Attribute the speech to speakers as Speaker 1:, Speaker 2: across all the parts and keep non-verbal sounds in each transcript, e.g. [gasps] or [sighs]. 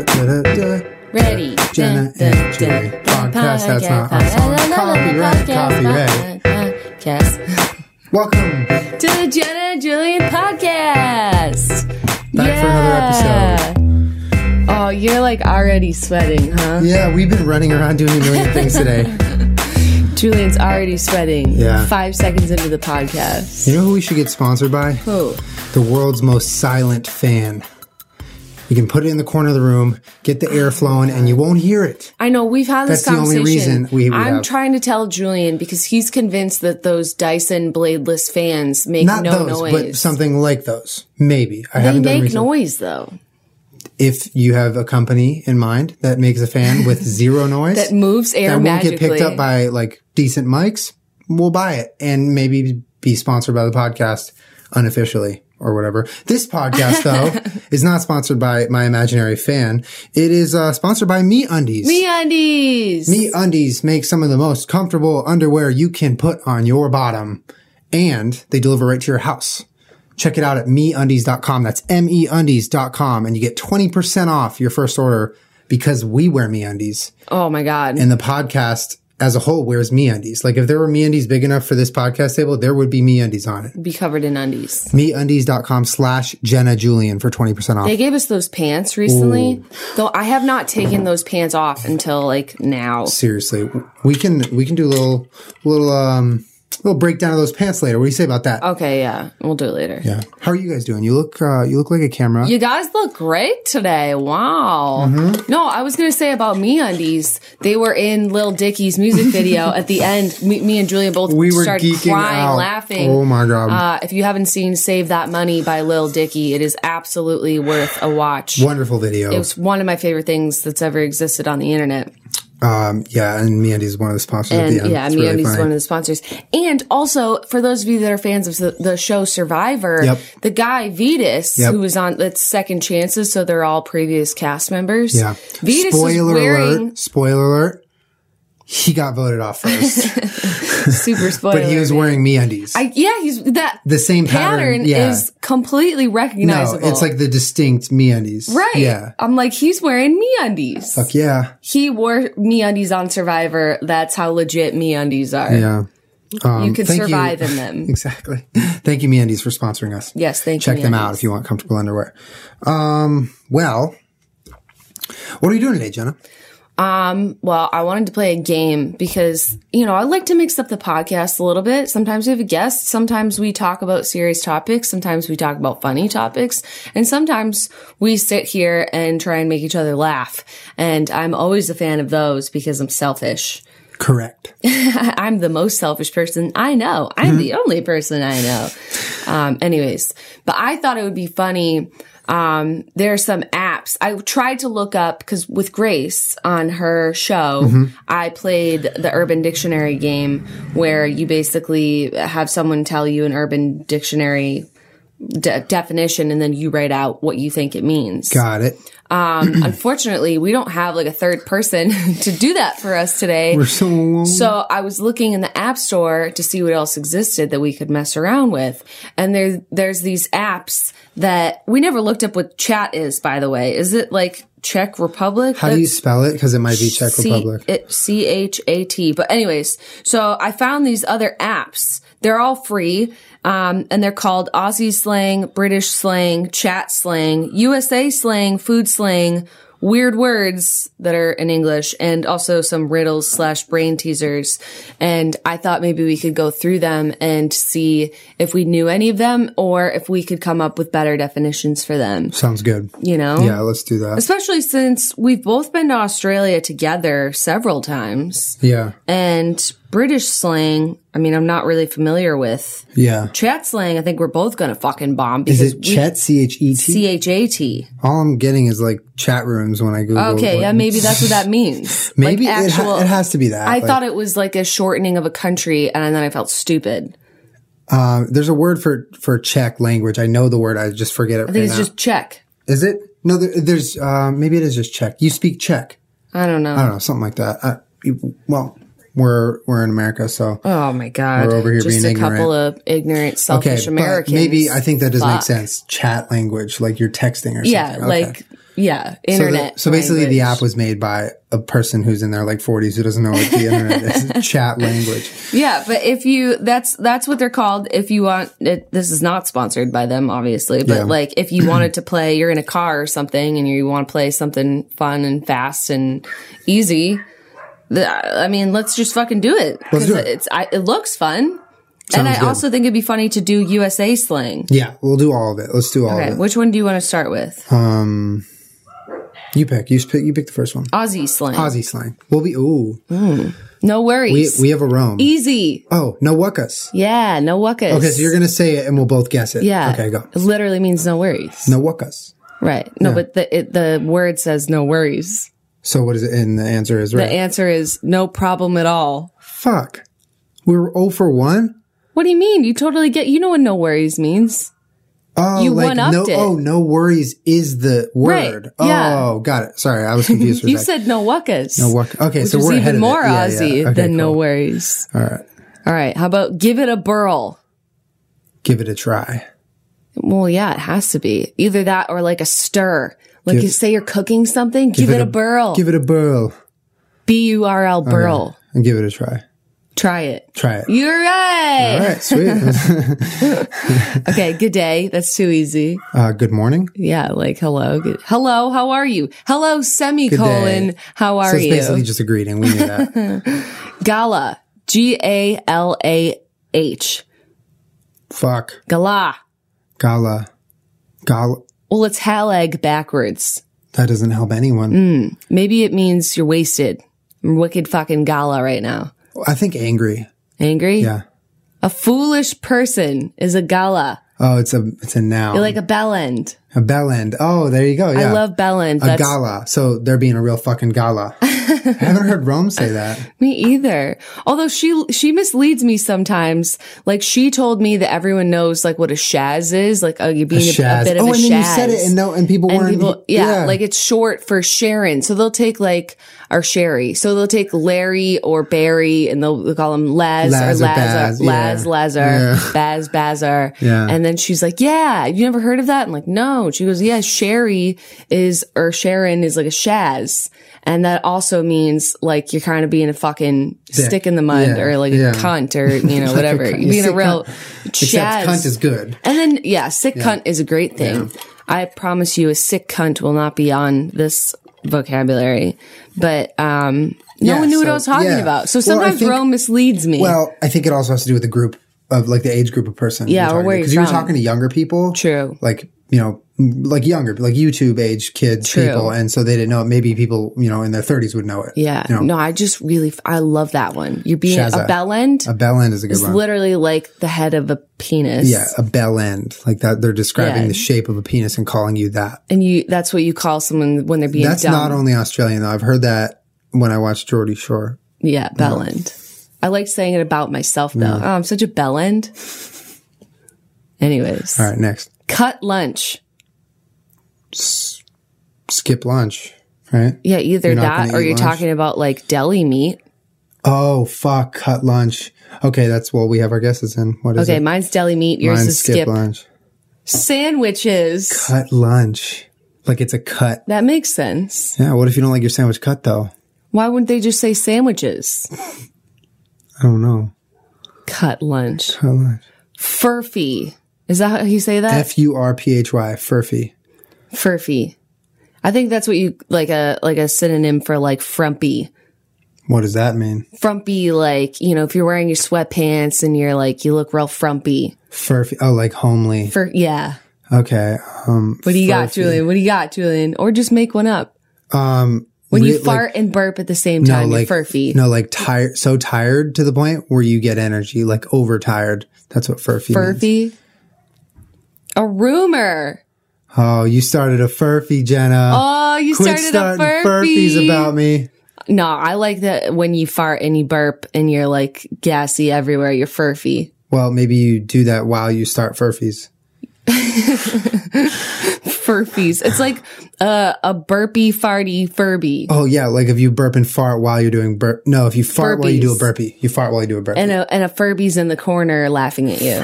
Speaker 1: Jenna
Speaker 2: Ready.
Speaker 1: and Jay podcast. That's not our song. Copyright, copyright.
Speaker 2: Podcast.
Speaker 1: Welcome
Speaker 2: To the Jenna and Julian podcast.
Speaker 1: back for another episode.
Speaker 2: episode. Oh, you're like already sweating, huh?
Speaker 1: Yeah, we've been running around doing a million things today.
Speaker 2: Julian's already sweating.
Speaker 1: Yeah.
Speaker 2: Five seconds into the podcast.
Speaker 1: You know who we should get sponsored by?
Speaker 2: Oh,
Speaker 1: The world's most silent fan. You can put it in the corner of the room, get the air flowing, and you won't hear it.
Speaker 2: I know we've had this
Speaker 1: That's the only
Speaker 2: conversation.
Speaker 1: reason we- we
Speaker 2: I'm
Speaker 1: have-
Speaker 2: trying to tell Julian because he's convinced that those Dyson bladeless fans make
Speaker 1: Not
Speaker 2: no
Speaker 1: those,
Speaker 2: noise.
Speaker 1: but something like those. Maybe. I
Speaker 2: they
Speaker 1: haven't done
Speaker 2: make
Speaker 1: research.
Speaker 2: noise though.
Speaker 1: If you have a company in mind that makes a fan with
Speaker 2: [laughs]
Speaker 1: zero noise,
Speaker 2: That moves air
Speaker 1: that won't
Speaker 2: magically.
Speaker 1: get picked up by like decent mics, we'll buy it and maybe be sponsored by the podcast unofficially or whatever. This podcast
Speaker 2: [laughs]
Speaker 1: though is not sponsored by my imaginary fan. It is uh, sponsored by Me Undies.
Speaker 2: Me undies.
Speaker 1: Me Undies make some of the most comfortable underwear you can put on your bottom and they deliver right to your house. Check it out at meundies.com. That's E meundies.com and you get 20% off your first order because we wear Me Undies
Speaker 2: Oh my god.
Speaker 1: and the podcast as a whole wears MeUndies. Like if there were MeUndies big enough for this podcast table, there would be MeUndies on it.
Speaker 2: be covered in undies.
Speaker 1: MeUndies.com slash Jenna Julian for 20% off.
Speaker 2: They gave us those pants recently. Though I have not taken those pants off until like now.
Speaker 1: Seriously, we can we can do a little little um little breakdown of those pants later. What do you say about that?
Speaker 2: Okay, yeah. We'll do it later.
Speaker 1: yeah. How are you guys doing? You look uh you look like a camera.
Speaker 2: You guys look great today. Wow.
Speaker 1: Mm-hmm.
Speaker 2: No, I was going to say about me undies. They were in Lil
Speaker 1: [laughs]
Speaker 2: Dicky's music video at the end. Me, me and Julia both
Speaker 1: we were
Speaker 2: started
Speaker 1: geeking
Speaker 2: crying,
Speaker 1: out.
Speaker 2: laughing.
Speaker 1: Oh my god.
Speaker 2: Uh, if you haven't seen Save That Money by Lil Dicky, it is absolutely worth a watch.
Speaker 1: Wonderful video.
Speaker 2: It's one of my favorite things that's ever existed on the internet.
Speaker 1: um yeah, and MeUndies is one of the sponsors at
Speaker 2: And
Speaker 1: the end.
Speaker 2: yeah,
Speaker 1: It's
Speaker 2: MeUndies
Speaker 1: really
Speaker 2: is
Speaker 1: funny.
Speaker 2: one of the sponsors. And also, for those of you that are fans of the, the show Survivor,
Speaker 1: Yep.
Speaker 2: the guy Vetus,
Speaker 1: Yep.
Speaker 2: who was on that's Second Chances, so they're all previous cast members.
Speaker 1: Yeah.
Speaker 2: Vetus
Speaker 1: spoiler
Speaker 2: is wearing
Speaker 1: alert. Spoiler alert. He got voted off first,
Speaker 2: super
Speaker 1: [laughs]
Speaker 2: spoiler.
Speaker 1: but he was wearing MeUndies.
Speaker 2: I, yeah, he's that
Speaker 1: the same pattern,
Speaker 2: pattern
Speaker 1: yeah.
Speaker 2: is completely
Speaker 1: no,
Speaker 2: recognizable.
Speaker 1: it's like the distinct MeUndies.
Speaker 2: right.
Speaker 1: Yeah. Uh,
Speaker 2: I'm like he's wearing me undies.
Speaker 1: Fuck yeah.
Speaker 2: He wore me undies on Survivor. That's how legit me undies are.
Speaker 1: Yeah. Um,
Speaker 2: You can
Speaker 1: thank
Speaker 2: survive
Speaker 1: [laughs]
Speaker 2: in them.
Speaker 1: Exactly. Thank you, MeUndies, for sponsoring us.
Speaker 2: Yes, thank
Speaker 1: Check
Speaker 2: you.
Speaker 1: them
Speaker 2: MeUndies.
Speaker 1: out if you want comfortable underwear. Um, well, what are you doing today, Jenna?
Speaker 2: Well, I wanted to play a game because, you know, I like to mix up the podcast a little bit. Sometimes we have a guest. Sometimes we talk about serious topics. Sometimes we talk about funny topics. And sometimes we sit here and try and make each other laugh. And I'm always a fan of those because I'm selfish.
Speaker 1: Correct.
Speaker 2: I'm the most selfish person I know. I'm
Speaker 1: Mm-hmm.
Speaker 2: the only person I know. Um, anyways, but I thought it would be funny. Um, there are some apps I tried to look up because with Grace on her show,
Speaker 1: Mm-hmm.
Speaker 2: I played the Urban Dictionary game where you basically have someone tell you an Urban Dictionary de- definition and then you write out what you think it means.
Speaker 1: Got it.
Speaker 2: Unfortunately, we don't have like a third person [laughs] to do that for us today.
Speaker 1: We're so alone.
Speaker 2: So I was looking in the app store to see what else existed that we could mess around with. And there, there's these apps that we never looked up what chat is, by the way. Is it like Czech Republic?
Speaker 1: How do you spell it? Because it might be Czech Republic.
Speaker 2: C H A T. But anyways, so I found these other apps. They're all free, um, and they're called Aussie slang, British slang, chat slang, USA slang, food slang, weird words that are in English, and also some riddles slash brain teasers. And I thought maybe we could go through them and see if we knew any of them or if we could come up with better definitions for them.
Speaker 1: Sounds good.
Speaker 2: You know?
Speaker 1: Yeah, let's do that.
Speaker 2: Especially since we've both been to Australia together several times.
Speaker 1: Yeah.
Speaker 2: And British slang, I mean, I'm not really familiar with.
Speaker 1: Yeah.
Speaker 2: Chat slang, I think we're both going to fucking bomb because
Speaker 1: Is it Chet? C H E T?
Speaker 2: C H A T.
Speaker 1: All I'm getting is like chat rooms when I Google.
Speaker 2: Okay,
Speaker 1: what-
Speaker 2: yeah, maybe that's what that
Speaker 1: [laughs]
Speaker 2: means.
Speaker 1: Maybe
Speaker 2: like
Speaker 1: it, ha-
Speaker 2: actual-
Speaker 1: it has to be that.
Speaker 2: I
Speaker 1: Like,
Speaker 2: thought it was like a shortening of a country, and then I felt stupid.
Speaker 1: um, there's a word for for Czech language. I know the word. I just forget it.
Speaker 2: I think
Speaker 1: right
Speaker 2: it's
Speaker 1: now.
Speaker 2: just Czech.
Speaker 1: Is it? No, there, there's uh, maybe it is just Czech. You speak Czech.
Speaker 2: I don't know.
Speaker 1: I don't know, something like that. I, you- well, we're we're in America, so
Speaker 2: oh my god,
Speaker 1: We're over here
Speaker 2: just
Speaker 1: being
Speaker 2: a couple of ignorant,
Speaker 1: okay.
Speaker 2: selfish
Speaker 1: but
Speaker 2: Americans.
Speaker 1: maybe I think that does make
Speaker 2: Fuck.
Speaker 1: sense. Chat language, like you're texting or something.
Speaker 2: Yeah,
Speaker 1: Okay.
Speaker 2: like yeah,
Speaker 1: So, the-
Speaker 2: internet.
Speaker 1: so basically, the
Speaker 2: language.
Speaker 1: app was made by a person who's in their like 40s who doesn't know what the internet
Speaker 2: [laughs]
Speaker 1: is. Chat language.
Speaker 2: Yeah, but if you that's that's what they're called. If you want, it, this is not sponsored by them, obviously. But
Speaker 1: Yeah.
Speaker 2: like,
Speaker 1: [clears throat]
Speaker 2: if you wanted to play, you're in a car or something, and you want to play something fun and fast and easy. The, I mean, let's just fucking do it.
Speaker 1: Let's
Speaker 2: 'Cause
Speaker 1: do it.
Speaker 2: It's I, it looks fun, and
Speaker 1: Sounds
Speaker 2: I
Speaker 1: good.
Speaker 2: also think it'd be funny to do USA slang.
Speaker 1: Yeah, we'll do all of it. Let's do all
Speaker 2: Okay,
Speaker 1: of it.
Speaker 2: which one do you want to start with?
Speaker 1: Um, you pick. You pick. You pick the first one.
Speaker 2: Aussie slang.
Speaker 1: Aussie slang. We'll be. Ooh,
Speaker 2: No
Speaker 1: we,
Speaker 2: worries.
Speaker 1: E, we have a roam.
Speaker 2: E Easy.
Speaker 1: Oh, no wuckas.
Speaker 2: Yeah. No wuckas.
Speaker 1: Okay, so you're gonna say it, and we'll both guess it.
Speaker 2: yeah.
Speaker 1: Okay, go.
Speaker 2: It literally means no worries.
Speaker 1: No wuckas.
Speaker 2: Right. No, but the it, the word says no worries.
Speaker 1: So what is it? And the answer is
Speaker 2: The
Speaker 1: right.
Speaker 2: answer is no problem at all.
Speaker 1: Fuck. We were 0 for one.
Speaker 2: What do you mean? You totally get. You know what no worries means.
Speaker 1: Oh,
Speaker 2: You
Speaker 1: like
Speaker 2: one-upped
Speaker 1: no.
Speaker 2: it.
Speaker 1: Oh, no worries is the
Speaker 2: Right,
Speaker 1: word.
Speaker 2: yeah.
Speaker 1: Oh, got it. Sorry,
Speaker 2: [laughs]
Speaker 1: I was confused. For a
Speaker 2: You
Speaker 1: second.
Speaker 2: said no wuckas.
Speaker 1: No wuck- Okay,
Speaker 2: which
Speaker 1: so
Speaker 2: is
Speaker 1: we're ahead
Speaker 2: even
Speaker 1: of it.
Speaker 2: more
Speaker 1: Yeah, yeah.
Speaker 2: Aussie
Speaker 1: Okay,
Speaker 2: than no
Speaker 1: cool.
Speaker 2: worries.
Speaker 1: All right,
Speaker 2: All right. How about give it a burl?
Speaker 1: give it a try.
Speaker 2: Well, yeah, it has to be either that or like a stir. Like
Speaker 1: Give-
Speaker 2: you say you're cooking something, give, it, a, burl.
Speaker 1: Give it a burl
Speaker 2: B U R L burl.
Speaker 1: and give it a try.
Speaker 2: Try it.
Speaker 1: Try it.
Speaker 2: You're right.
Speaker 1: All right,
Speaker 2: [laughs]
Speaker 1: sweet.
Speaker 2: Okay. Good day. That's too easy.
Speaker 1: uh, good morning.
Speaker 2: Yeah, like hello, good. hello, how are you? Hello, semicolon, how
Speaker 1: So
Speaker 2: are
Speaker 1: it's
Speaker 2: you?
Speaker 1: basically just a greeting. We knew
Speaker 2: [laughs]
Speaker 1: that.
Speaker 2: Gala, G A L A H,
Speaker 1: Fuck.
Speaker 2: gala.
Speaker 1: Gala. Gala.
Speaker 2: Well, it's halag backwards.
Speaker 1: That doesn't help anyone.
Speaker 2: Mm. Maybe it means you're wasted. I'm wicked fucking gala right now.
Speaker 1: I think angry.
Speaker 2: Angry?
Speaker 1: Yeah.
Speaker 2: A foolish person is a gala.
Speaker 1: Oh, it's a it's a noun.
Speaker 2: Like a bellend.
Speaker 1: a bell end. Oh, there you go. Yeah.
Speaker 2: I love bellend.
Speaker 1: a
Speaker 2: That's
Speaker 1: gala. So they're being a real fucking
Speaker 2: [laughs]
Speaker 1: gala. I haven't heard Rome say that.
Speaker 2: Me either. Although she she misleads me sometimes. Like she told me that everyone knows like what a shaz is, like oh, you're [laughs] being a, a
Speaker 1: Shaz.
Speaker 2: bit of
Speaker 1: oh,
Speaker 2: a
Speaker 1: and
Speaker 2: shaz.
Speaker 1: then you said it, and no, and people
Speaker 2: And
Speaker 1: weren't. e-,
Speaker 2: people, yeah, like it's short for Sharon. So they'll take like our Sherry. So they'll take Larry or Barry, and they'll, they'll call him Laz,
Speaker 1: Laz or
Speaker 2: or Lazar,
Speaker 1: Baz,
Speaker 2: Laz,
Speaker 1: yeah.
Speaker 2: Lazar, Baz, Bazar.
Speaker 1: Yeah.
Speaker 2: And then she's like, "Yeah, you never heard of that?" I'm like, "No." She goes, "Yeah, Sherry is or Sharon is like a Shaz, and that also means like you're kind of being a fucking stick in the mud
Speaker 1: Yeah,
Speaker 2: or like
Speaker 1: yeah.
Speaker 2: a cunt or you
Speaker 1: [laughs]
Speaker 2: know whatever.
Speaker 1: cunt.
Speaker 2: You're being a
Speaker 1: Sick
Speaker 2: real
Speaker 1: except
Speaker 2: Shaz.
Speaker 1: cunt is good.
Speaker 2: And then, yeah, sick cunt is a great thing. I promise you, a sick cunt will not be on this vocabulary. But um, no
Speaker 1: Yeah,
Speaker 2: one knew what
Speaker 1: so-
Speaker 2: I was talking
Speaker 1: yeah.
Speaker 2: about. So
Speaker 1: Well, I
Speaker 2: sometimes
Speaker 1: think-
Speaker 2: Rome misleads me.
Speaker 1: Well, I think it also has to do with the group of like the age group of person.
Speaker 2: Yeah, or where you're
Speaker 1: because you were
Speaker 2: from.
Speaker 1: talking to younger people.
Speaker 2: True.
Speaker 1: Like you know, like younger, like YouTube age kids,
Speaker 2: True.
Speaker 1: people, and so they didn't know it. Maybe people you know in their 30s would know it.
Speaker 2: yeah.
Speaker 1: You know,
Speaker 2: No, I just really, f- I love that one. You're being
Speaker 1: Shazza.
Speaker 2: a bell end.
Speaker 1: a bell end is a good
Speaker 2: It's
Speaker 1: one.
Speaker 2: literally like the head of a penis.
Speaker 1: Yeah, a bell end. Like that, they're describing
Speaker 2: Yeah.
Speaker 1: the shape of a penis and calling you that.
Speaker 2: And you, that's what you call someone when they're being
Speaker 1: That's
Speaker 2: dumb.
Speaker 1: not only Australian though. I've heard that when I watched Geordie Shore.
Speaker 2: yeah, bell end. I like saying it about myself though. Oh, I'm such a bell end. Anyways,
Speaker 1: All right, next.
Speaker 2: cut lunch.
Speaker 1: Skip lunch, right?
Speaker 2: Yeah, either
Speaker 1: not
Speaker 2: that
Speaker 1: gonna
Speaker 2: or
Speaker 1: eat
Speaker 2: you're
Speaker 1: lunch?
Speaker 2: talking about like deli meat.
Speaker 1: Oh fuck, cut lunch. Okay, that's well we have our guesses in. What is
Speaker 2: Okay,
Speaker 1: it?
Speaker 2: mine's deli meat, yours
Speaker 1: Mine,
Speaker 2: is skip.
Speaker 1: lunch.
Speaker 2: Sandwiches.
Speaker 1: Cut lunch. Like it's a cut.
Speaker 2: That makes sense.
Speaker 1: Yeah, what if you don't like your sandwich cut though?
Speaker 2: Why wouldn't they just say sandwiches?
Speaker 1: I don't know.
Speaker 2: Cut lunch.
Speaker 1: Cut lunch.
Speaker 2: Uh, Furfy. Is that how you say that?
Speaker 1: F U R P H Y, furfy.
Speaker 2: Furfy. I think that's what you like a like a synonym for like frumpy.
Speaker 1: What does that mean?
Speaker 2: Frumpy like, you know, if you're wearing your sweatpants and you're like you look real frumpy.
Speaker 1: Furfy. Oh, like homely.
Speaker 2: For yeah.
Speaker 1: Okay. Um
Speaker 2: What do you got, Julian? What do you got, Julian? Or just make one up.
Speaker 1: um
Speaker 2: When
Speaker 1: re-
Speaker 2: you
Speaker 1: like-
Speaker 2: fart and burp at the same time,
Speaker 1: like
Speaker 2: you're furfy.
Speaker 1: No, like tired, so tired to the point where you get energy, like overtired. That's what furfy. means.
Speaker 2: Furfy. A rumor.
Speaker 1: Oh, you started a furfy, Jenna.
Speaker 2: Oh, you
Speaker 1: Quit
Speaker 2: started a
Speaker 1: starting
Speaker 2: furfy.
Speaker 1: furfies about me.
Speaker 2: no, I like that when you fart and you burp and you're like gassy everywhere. You're furfy.
Speaker 1: Well, maybe you do that while you start furfies.
Speaker 2: Furfies. It's like a a burpy farty furby
Speaker 1: Oh yeah, like if you burp and fart while you're doing burp. No, if you fart while you do a
Speaker 2: Burpees.
Speaker 1: burpee, you fart while you do a burpee.
Speaker 2: and a and a furby's in the corner laughing at you.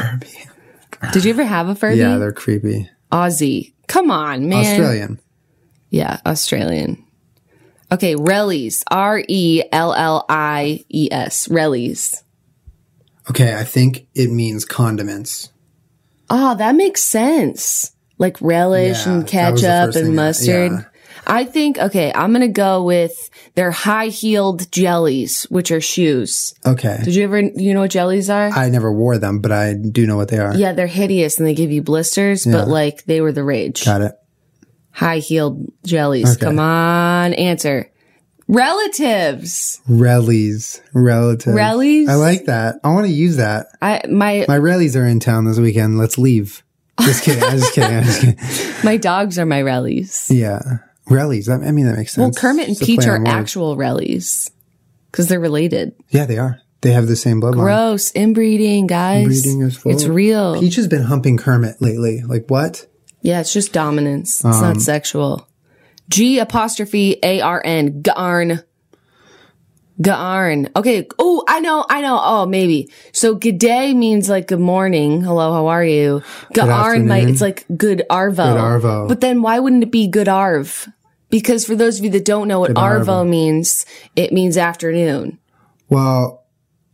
Speaker 2: Did you ever have a furby?
Speaker 1: yeah, they're creepy.
Speaker 2: Aussie. Come on, man.
Speaker 1: Australian.
Speaker 2: Yeah, Australian. Okay, Rellies. R E L L I E S. Rellies.
Speaker 1: Okay, I think it means condiments.
Speaker 2: Oh, that makes sense. Like relish
Speaker 1: Yeah,
Speaker 2: and
Speaker 1: that was the
Speaker 2: ketchup
Speaker 1: first thing
Speaker 2: and
Speaker 1: that-
Speaker 2: mustard.
Speaker 1: yeah.
Speaker 2: I think, okay, I'm going to go with their high heeled jellies, which are shoes.
Speaker 1: Okay.
Speaker 2: Did you ever, you know what jellies are?
Speaker 1: I never wore them, but I do know what they are.
Speaker 2: yeah, they're hideous and they give you blisters, but like they were the rage.
Speaker 1: Got it.
Speaker 2: High heeled jellies. Come on, answer. Relatives.
Speaker 1: Rellies. Relatives.
Speaker 2: Rellies?
Speaker 1: I like that. I want to use that.
Speaker 2: I my
Speaker 1: My rallies are in town this weekend. Let's leave. Just kidding. I'm just kidding. I'm just
Speaker 2: [laughs]
Speaker 1: kidding.
Speaker 2: my dogs are my rellies.
Speaker 1: Yeah. Rallies. That, I mean, that makes sense.
Speaker 2: Well, Kermit and
Speaker 1: It's a play
Speaker 2: Peach are
Speaker 1: on words.
Speaker 2: actual rellies because they're related.
Speaker 1: Yeah, they are. They have the same bloodline.
Speaker 2: Gross inbreeding, guys.
Speaker 1: Breeding is full.
Speaker 2: It's real.
Speaker 1: Peach has been humping Kermit lately. Like what?
Speaker 2: yeah, it's just dominance. It's not sexual. G apostrophe A R N. Garn. Garn. Okay. Oh, I know. I know. Oh, maybe. So good day means like good morning. Hello. How are you? Garn. Like
Speaker 1: afternoon.
Speaker 2: it's like good arvo. Good
Speaker 1: arvo.
Speaker 2: But then why wouldn't it be good arv? Because for those of you that don't know what arvo, means, it means afternoon.
Speaker 1: Well,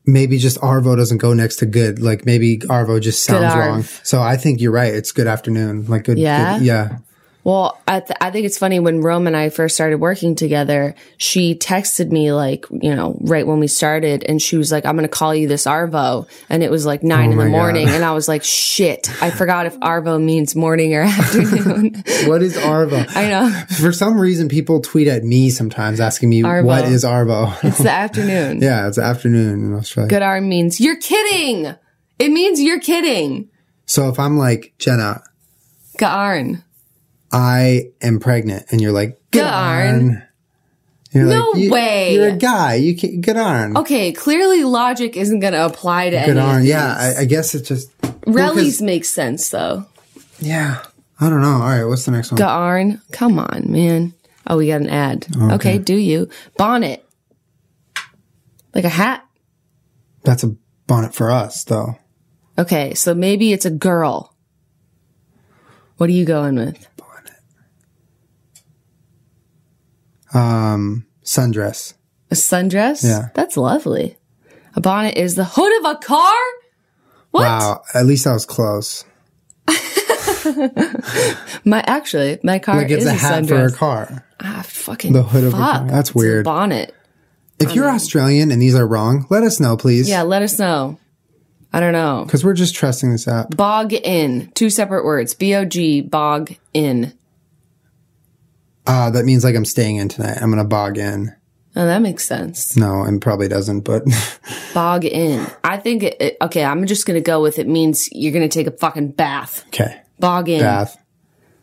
Speaker 1: maybe just Arvo doesn't go next to good. Like maybe Arvo just sounds
Speaker 2: arv.
Speaker 1: wrong. So I think you're right. It's good afternoon. Like good.
Speaker 2: Yeah?
Speaker 1: good- yeah.
Speaker 2: Well, I, th- I think it's funny when Rome and I first started working together, she texted me like, you know, right when we started and she was like, I'm going to call you this Arvo. And it was like nine in the
Speaker 1: Oh my God.
Speaker 2: morning. And I was like, shit, I forgot if Arvo means morning or [laughs] afternoon. [laughs]
Speaker 1: What is Arvo?
Speaker 2: I know
Speaker 1: For some reason, people tweet at me sometimes asking me,
Speaker 2: Arvo.
Speaker 1: what is Arvo?
Speaker 2: [laughs] it's the afternoon.
Speaker 1: yeah, it's afternoon in Australia.
Speaker 2: Good arm means you're kidding. It means you're kidding.
Speaker 1: So if I'm like, Jenna,
Speaker 2: Garn.
Speaker 1: I am pregnant, and you're like,
Speaker 2: Garn.
Speaker 1: "Garn." You're
Speaker 2: No
Speaker 1: "You-
Speaker 2: way." Oh,
Speaker 1: You're a guy. You can good on.
Speaker 2: Okay. Clearly logic isn't going to apply to
Speaker 1: good
Speaker 2: any of
Speaker 1: on.
Speaker 2: these.
Speaker 1: Yeah, I, I guess it's just
Speaker 2: Rellies makes sense though.
Speaker 1: yeah. I don't know. All right, what's the next one?
Speaker 2: Garn. Come on, man. Oh, we got an ad. Okay. do you? Bonnet. Like a hat.
Speaker 1: That's a bonnet for us, though.
Speaker 2: Okay, so maybe it's a girl. What are you going with?
Speaker 1: Um, sundress.
Speaker 2: A sundress?
Speaker 1: Yeah.
Speaker 2: That's lovely. A bonnet is the hood of a car? What?
Speaker 1: Wow. At least I was close.
Speaker 2: My actually, my car
Speaker 1: Like it's
Speaker 2: is
Speaker 1: a
Speaker 2: a,
Speaker 1: hat for a
Speaker 2: sundress.
Speaker 1: car.
Speaker 2: ah, fucking
Speaker 1: The hood of a car.
Speaker 2: fuck.
Speaker 1: That's
Speaker 2: It's a
Speaker 1: weird.
Speaker 2: bonnet.
Speaker 1: If you're Australian and these are wrong, let us know, please.
Speaker 2: Yeah, let us know. I don't know.
Speaker 1: Because we're just trusting this app.
Speaker 2: Bog in. Two separate words. B O G bog in.
Speaker 1: Uh, that means like I'm staying in tonight. I'm gonna bog in.
Speaker 2: Oh, that makes sense.
Speaker 1: No, it probably doesn't, but [laughs]
Speaker 2: bog in. I think it, it- okay, I'm just going to go with it means you're going to take a fucking bath.
Speaker 1: okay.
Speaker 2: Bog in.
Speaker 1: Bath.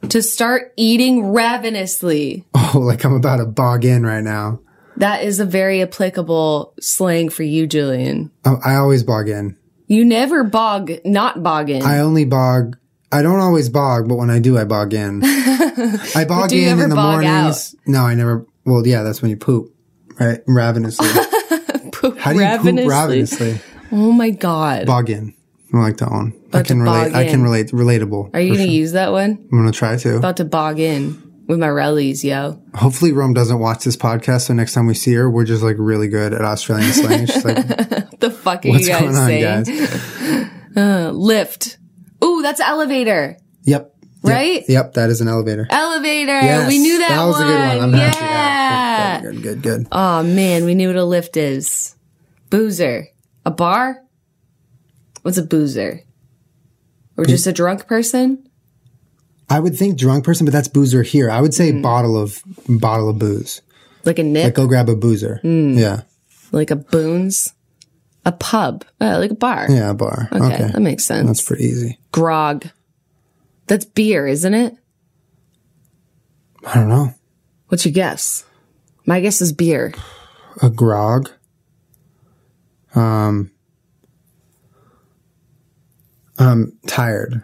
Speaker 2: To start eating ravenously.
Speaker 1: [laughs] Oh, like I'm about to bog in right now.
Speaker 2: That is a very applicable slang for you, Julian.
Speaker 1: Um, I always bog in.
Speaker 2: You never bog, not bog in.
Speaker 1: I only bog. I don't always bog, but when I do, I bog
Speaker 2: [laughs]
Speaker 1: in. I bog
Speaker 2: do you
Speaker 1: in
Speaker 2: ever
Speaker 1: in the
Speaker 2: bog
Speaker 1: mornings. No, I never. Well, yeah, that's when you poop, right?
Speaker 2: [laughs]
Speaker 1: Ravenously.
Speaker 2: poop
Speaker 1: How do you poop ravenously?
Speaker 2: Oh my God.
Speaker 1: Bog in. I like that one. I
Speaker 2: About to
Speaker 1: can relate.
Speaker 2: bog
Speaker 1: I can
Speaker 2: in.
Speaker 1: relate. Relatable.
Speaker 2: Are you going to use that one?
Speaker 1: I'm gonna try to.
Speaker 2: About to bog in with my rallies, yo.
Speaker 1: Hopefully, Rome doesn't watch this podcast. So next time we see her, we're just like really good at Australian slang. She's
Speaker 2: [laughs]
Speaker 1: like,
Speaker 2: The fuck are
Speaker 1: "What's
Speaker 2: you guys
Speaker 1: going on,
Speaker 2: saying?
Speaker 1: guys?"
Speaker 2: Lift. Ooh, that's elevator.
Speaker 1: Yep.
Speaker 2: Right?
Speaker 1: Yep. yep, that is an elevator.
Speaker 2: Elevator.
Speaker 1: Yes,
Speaker 2: we knew that,
Speaker 1: That was
Speaker 2: one.
Speaker 1: a good one. I'm
Speaker 2: yeah.
Speaker 1: happy. Yeah. Good, good, good, good. good.
Speaker 2: Oh man, we knew what a lift is. Boozer. A bar? What's a boozer? Or just a drunk person?
Speaker 1: I would think drunk person, but that's boozer here. I would
Speaker 2: Mm.
Speaker 1: say bottle of bottle of booze.
Speaker 2: Like a
Speaker 1: Like
Speaker 2: nip?
Speaker 1: go grab a boozer.
Speaker 2: Mm.
Speaker 1: Yeah.
Speaker 2: Like a boons? A pub? Uh, like a bar.
Speaker 1: Yeah, a bar. Hmm, Okay.
Speaker 2: Okay, that makes sense.
Speaker 1: That's pretty easy.
Speaker 2: Grog. That's beer, isn't it?
Speaker 1: I don't know.
Speaker 2: What's your guess? My guess is beer.
Speaker 1: A grog. Um I'm tired.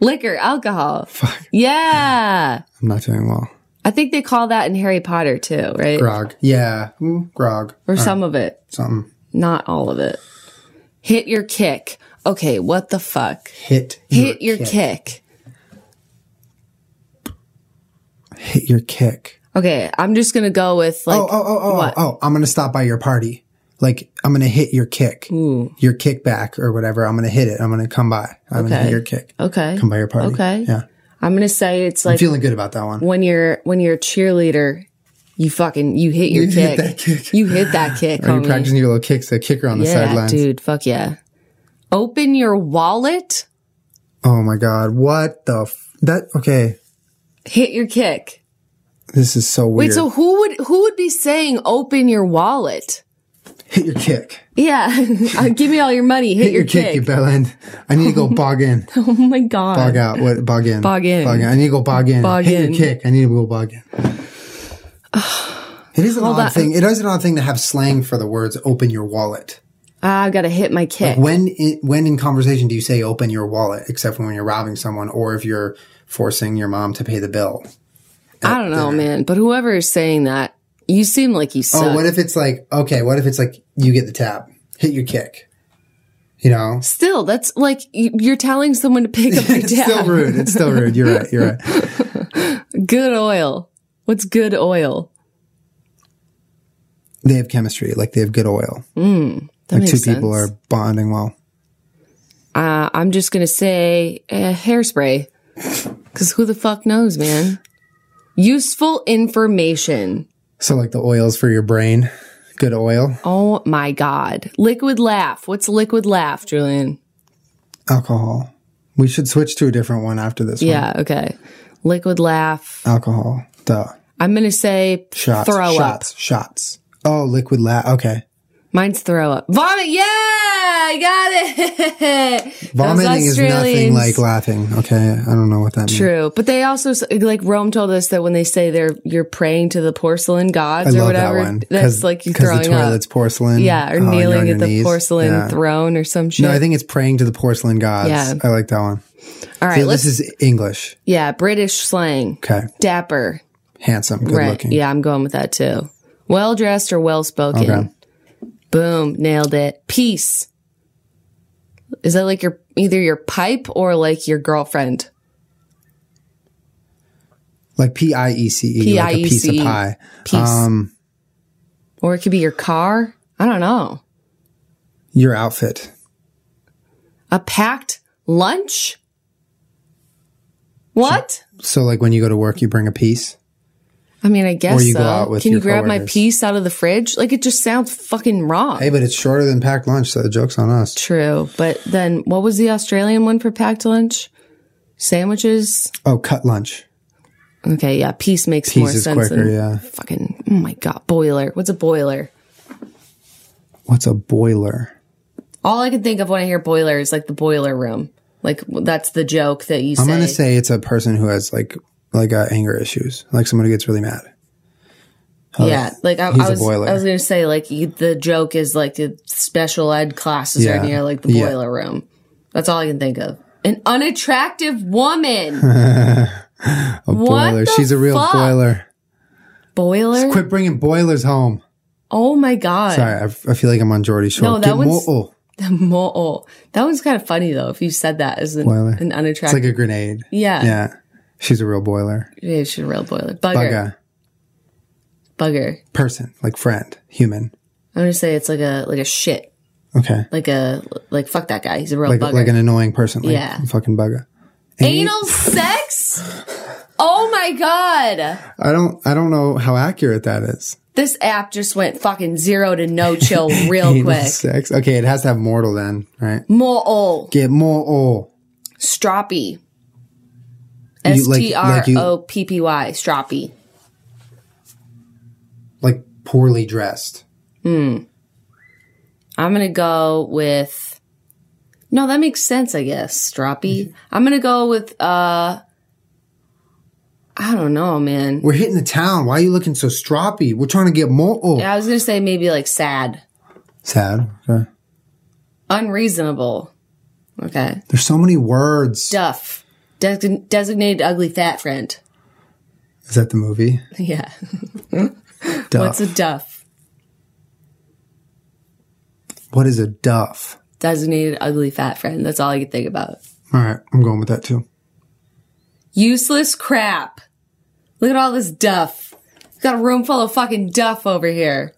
Speaker 2: Liquor, alcohol. Fuck. Yeah.
Speaker 1: I'm not doing well.
Speaker 2: I think they call that in Harry Potter too, right?
Speaker 1: Grog. Yeah. Mm, grog.
Speaker 2: Or some of it.
Speaker 1: Something.
Speaker 2: Not all of it. Hit your kick. Okay, what the fuck?
Speaker 1: Hit.
Speaker 2: Hit your kick.
Speaker 1: hit your kick.
Speaker 2: Okay, I'm just gonna go with like
Speaker 1: Oh, oh, oh, oh,
Speaker 2: what?
Speaker 1: oh, I'm going to stop by your party. Like, I'm going to hit your kick, your kickback or whatever. I'm going to hit it. I'm going to come by. I'm going to hit
Speaker 2: Okay.
Speaker 1: your kick.
Speaker 2: okay.
Speaker 1: oh. Come by your party.
Speaker 2: Okay.
Speaker 1: Yeah.
Speaker 2: I'm gonna say it's like
Speaker 1: Feeling good about that one.
Speaker 2: when you're when you're a cheerleader, you fucking you hit your
Speaker 1: You hit
Speaker 2: kick.
Speaker 1: that kick.
Speaker 2: You hit that kick,
Speaker 1: Are you
Speaker 2: homie.
Speaker 1: practicing your little kicks, the kicker on the
Speaker 2: yeah,
Speaker 1: sidelines?
Speaker 2: dude. Fuck yeah. Open your wallet.
Speaker 1: Oh my God. What the f- that? Okay.
Speaker 2: Hit your kick.
Speaker 1: This is so
Speaker 2: Wait,
Speaker 1: weird.
Speaker 2: so who would who would be saying open your wallet?
Speaker 1: hit your kick.
Speaker 2: Yeah, [laughs] Uh, give me all your money. Hit,
Speaker 1: Hit your kick, you bell end. I need to go bog in.
Speaker 2: [laughs] oh my god.
Speaker 1: Bog out. What? Bog in.
Speaker 2: Bog in.
Speaker 1: Bog in. I need to go bog in.
Speaker 2: Bog
Speaker 1: Hit
Speaker 2: in.
Speaker 1: your kick. I need to go bog in. It is an odd
Speaker 2: on.
Speaker 1: thing. It is an odd thing to have slang for the words "open your wallet."
Speaker 2: Ah, I gotta hit my kick.
Speaker 1: When in, when in conversation do you say "open your wallet"? Except when you're robbing someone, or if you're forcing your mom to pay the bill.
Speaker 2: I don't know, man. But whoever is saying that, you seem like you suck.
Speaker 1: Oh, what if it's like okay? What if it's like you get the tap, hit your kick. You
Speaker 2: [laughs]
Speaker 1: know,
Speaker 2: Still, that's like y- you're telling someone to pick
Speaker 1: [laughs]
Speaker 2: up your
Speaker 1: it's still
Speaker 2: tab.
Speaker 1: rude. It's still rude. You're right. You're
Speaker 2: [laughs]
Speaker 1: right.
Speaker 2: Good oil. What's good oil?
Speaker 1: They have chemistry. Like they have good oil.
Speaker 2: Hmm. That
Speaker 1: like
Speaker 2: makes
Speaker 1: two
Speaker 2: sense.
Speaker 1: people are bonding well.
Speaker 2: Uh, I'm just gonna say uh, hairspray, because who the fuck knows, man? Useful information.
Speaker 1: So like the oils for your brain, good oil,
Speaker 2: Oh my god. Liquid laugh. What's liquid laugh, Julian?
Speaker 1: alcohol. We should switch to a different one after this one.
Speaker 2: Yeah. Okay. Liquid laugh.
Speaker 1: Alcohol. Duh.
Speaker 2: I'm gonna say
Speaker 1: Shots.
Speaker 2: throw up.
Speaker 1: shots. Shots. Oh, liquid lab. Okay.
Speaker 2: Mine's throw up. Vomit. Yeah, I got it. [laughs]
Speaker 1: Vomiting is nothing
Speaker 2: Australians.
Speaker 1: like laughing. Okay. I don't know what that means.
Speaker 2: True, but they also s- like Rome told us that when they say they're you're praying to the porcelain
Speaker 1: I
Speaker 2: gods or
Speaker 1: love
Speaker 2: whatever,
Speaker 1: that one.
Speaker 2: that's like you
Speaker 1: Because the
Speaker 2: throwing up.
Speaker 1: toilet's porcelain.
Speaker 2: Yeah, or
Speaker 1: Oh, you're on
Speaker 2: kneeling
Speaker 1: your
Speaker 2: at the
Speaker 1: knees.
Speaker 2: porcelain
Speaker 1: Yeah.
Speaker 2: throne or some shit.
Speaker 1: No, I think it's praying to the porcelain gods.
Speaker 2: Yeah.
Speaker 1: I like that one.
Speaker 2: All right,
Speaker 1: Yeah,
Speaker 2: let's
Speaker 1: this is English.
Speaker 2: yeah, British slang.
Speaker 1: Okay.
Speaker 2: Dapper.
Speaker 1: Handsome. Good
Speaker 2: Right.
Speaker 1: looking.
Speaker 2: Yeah, I'm going with that too. Well dressed or well spoken.
Speaker 1: Okay.
Speaker 2: Boom, nailed it. Peace. Is that like your either your pipe or like your girlfriend?
Speaker 1: Like P I E C E. Like a piece of
Speaker 2: P.I.E.C.E..
Speaker 1: pie.
Speaker 2: Peace.
Speaker 1: Um,
Speaker 2: or it could be your car. I don't know.
Speaker 1: your outfit.
Speaker 2: A packed lunch? What?
Speaker 1: So like when you go to work, you bring a piece.
Speaker 2: I mean, I guess
Speaker 1: Or you
Speaker 2: so.
Speaker 1: go out with
Speaker 2: Can you
Speaker 1: your
Speaker 2: grab my
Speaker 1: coworkers.
Speaker 2: piece out of the fridge? Like it just sounds fucking wrong.
Speaker 1: Hey, but it's shorter than packed lunch, so the joke's on us.
Speaker 2: True, but then what was the Australian one for packed lunch? Sandwiches.
Speaker 1: Oh, cut lunch.
Speaker 2: Okay, yeah, piece makes more
Speaker 1: Piece is
Speaker 2: sense.
Speaker 1: quicker,
Speaker 2: than
Speaker 1: yeah.
Speaker 2: Fucking oh my god, boiler. What's a boiler?
Speaker 1: What's a boiler?
Speaker 2: All I can think of when I hear boiler is like the boiler room. Like that's the joke that you
Speaker 1: I'm
Speaker 2: say.
Speaker 1: gonna say it's a person who has like like uh, anger issues, like someone who gets really mad.
Speaker 2: yeah, like I,
Speaker 1: Oh, he's
Speaker 2: I
Speaker 1: a
Speaker 2: was,
Speaker 1: boiler.
Speaker 2: I was gonna say like you, the joke is like the special ed classes
Speaker 1: Yeah.
Speaker 2: are near like the
Speaker 1: Yeah.
Speaker 2: boiler room. That's all I can think of. An
Speaker 1: [laughs]
Speaker 2: unattractive woman.
Speaker 1: A boiler.
Speaker 2: the
Speaker 1: She's a real
Speaker 2: fuck?
Speaker 1: boiler.
Speaker 2: boiler.
Speaker 1: Quit bringing boilers home.
Speaker 2: Oh my god.
Speaker 1: Sorry, I, I feel like I'm on Geordie Shore.
Speaker 2: No, that
Speaker 1: Get
Speaker 2: one's-
Speaker 1: more- oh,
Speaker 2: Mo'o. That one's kind of funny though. If you said that as an,
Speaker 1: Boiler.
Speaker 2: an
Speaker 1: it's like
Speaker 2: unattractive,
Speaker 1: a grenade.
Speaker 2: yeah, yeah,
Speaker 1: Yeah, she's a real boiler.
Speaker 2: it's a real boiler
Speaker 1: Like
Speaker 2: bugger,
Speaker 1: a
Speaker 2: bugger.
Speaker 1: person, like friend, human.
Speaker 2: I'm gonna say it's like a like a shit,
Speaker 1: Okay,
Speaker 2: like a like fuck that guy. He's a real
Speaker 1: like
Speaker 2: bugger.
Speaker 1: like an annoying person. Like
Speaker 2: Yeah.
Speaker 1: a fucking bugger. [laughs]
Speaker 2: Anal sex. Oh my god.
Speaker 1: I don't I don't know how accurate that is.
Speaker 2: This app just went fucking zero to no
Speaker 1: [laughs]
Speaker 2: chill real
Speaker 1: Anal
Speaker 2: quick.
Speaker 1: sex. Okay, it has to have mortal then, right?
Speaker 2: Mo'o.
Speaker 1: Get more oil.
Speaker 2: Stroppy.
Speaker 1: You-
Speaker 2: S
Speaker 1: like-
Speaker 2: T R
Speaker 1: like you-
Speaker 2: O P P Y. Stroppy.
Speaker 1: Like poorly dressed.
Speaker 2: I'm gonna go with. No, that makes sense, I guess. Stroppy. I'm gonna go with. uh I don't know, man.
Speaker 1: We're hitting the town. Why are you looking so stroppy? We're trying to get more oil.
Speaker 2: I was gonna say maybe like sad,
Speaker 1: Sad. Okay.
Speaker 2: unreasonable. Okay.
Speaker 1: There's so many words.
Speaker 2: Duff. Design designated ugly fat friend. [laughs]
Speaker 1: Is that the movie?
Speaker 2: Yeah.
Speaker 1: Duff.
Speaker 2: What's a duff?
Speaker 1: what is a duff?
Speaker 2: Designated ugly fat friend. That's all I could think about.
Speaker 1: All right, I'm going with that too.
Speaker 2: Useless crap. Look at all this duff. Got a room full of fucking duff over here.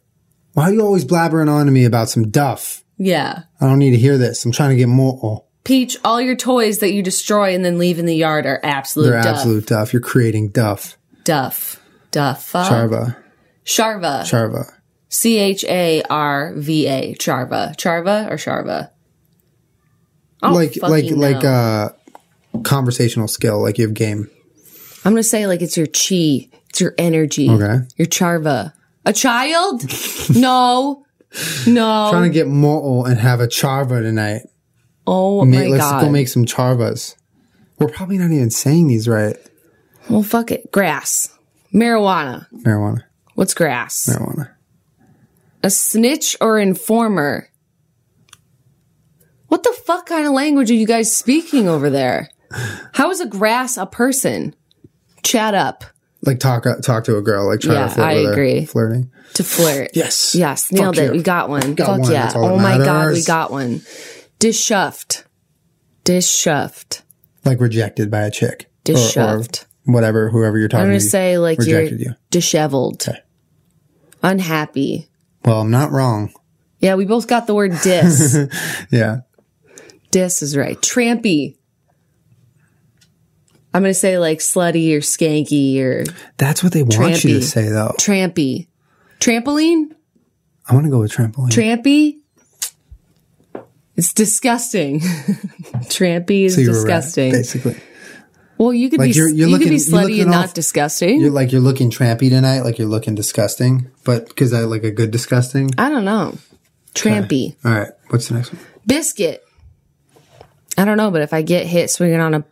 Speaker 1: Why are you always blabbering on to me about some duff?
Speaker 2: Yeah.
Speaker 1: I don't need to hear this. I'm trying to get more.
Speaker 2: Peach, all your toys that you destroy and then leave in the yard are absolute
Speaker 1: They're
Speaker 2: duff.
Speaker 1: absolute duff. You're creating duff.
Speaker 2: duff. Duff.
Speaker 1: Charva.
Speaker 2: Sharva.
Speaker 1: Charva.
Speaker 2: C H A R V A. Charva. Charva or Sharva? I don't
Speaker 1: Like like
Speaker 2: Oh, fucking
Speaker 1: like
Speaker 2: know.
Speaker 1: uh conversational skill, like you have game.
Speaker 2: I'm gonna say like it's your chi, it's your energy,
Speaker 1: Okay.
Speaker 2: your charva. A child? [laughs] no, no.
Speaker 1: trying to get more and have a charva tonight.
Speaker 2: oh
Speaker 1: Ma-
Speaker 2: my
Speaker 1: let's
Speaker 2: god.
Speaker 1: go make some charvas. We're probably not even saying these right.
Speaker 2: well, fuck it. Grass, marijuana.
Speaker 1: Marijuana.
Speaker 2: What's grass?
Speaker 1: Marijuana.
Speaker 2: A snitch or informer? What the fuck kind of language are you guys speaking over there? How is a grass a person? Chat up
Speaker 1: Like talk uh, talk to a girl. Like try
Speaker 2: Yeah,
Speaker 1: to flirt
Speaker 2: I
Speaker 1: with her.
Speaker 2: agree.
Speaker 1: Flirting.
Speaker 2: to flirt.
Speaker 1: Yes.
Speaker 2: Yes,
Speaker 1: Fuck
Speaker 2: nailed it.
Speaker 1: you.
Speaker 2: We got one.
Speaker 1: Got
Speaker 2: Fuck
Speaker 1: one.
Speaker 2: yeah.
Speaker 1: That's all
Speaker 2: Oh
Speaker 1: that
Speaker 2: my god, we
Speaker 1: matters.
Speaker 2: got one. Dishuffed. Dishuffed.
Speaker 1: Like rejected by a chick. Or- or
Speaker 2: Dishuffed.
Speaker 1: whatever, whoever you're talking
Speaker 2: I'm
Speaker 1: to.
Speaker 2: gonna say like you're
Speaker 1: rejected you.
Speaker 2: disheveled. Unhappy.
Speaker 1: Well, I'm not wrong.
Speaker 2: Yeah, we both got the word
Speaker 1: [laughs]
Speaker 2: dis.
Speaker 1: Yeah.
Speaker 2: dis is right. Trampy. I'm gonna say like slutty or skanky or
Speaker 1: That's what they want you to
Speaker 2: Trampy.
Speaker 1: say though.
Speaker 2: trampy. Trampoline?
Speaker 1: I want to go with trampoline.
Speaker 2: Trampy? It's disgusting. [laughs] Trampy is
Speaker 1: So you were right,
Speaker 2: disgusting.
Speaker 1: basically.
Speaker 2: Well, you could
Speaker 1: Like,
Speaker 2: be
Speaker 1: you're- you're
Speaker 2: you
Speaker 1: looking-
Speaker 2: could be
Speaker 1: you're
Speaker 2: slutty
Speaker 1: looking
Speaker 2: and
Speaker 1: off-
Speaker 2: not disgusting.
Speaker 1: You're like you're looking trampy tonight, like you're looking disgusting. But because I like a good disgusting.
Speaker 2: I don't know. Trampy
Speaker 1: All right, what's the next one?
Speaker 2: biscuit. I don't know, but if I get hit swinging on a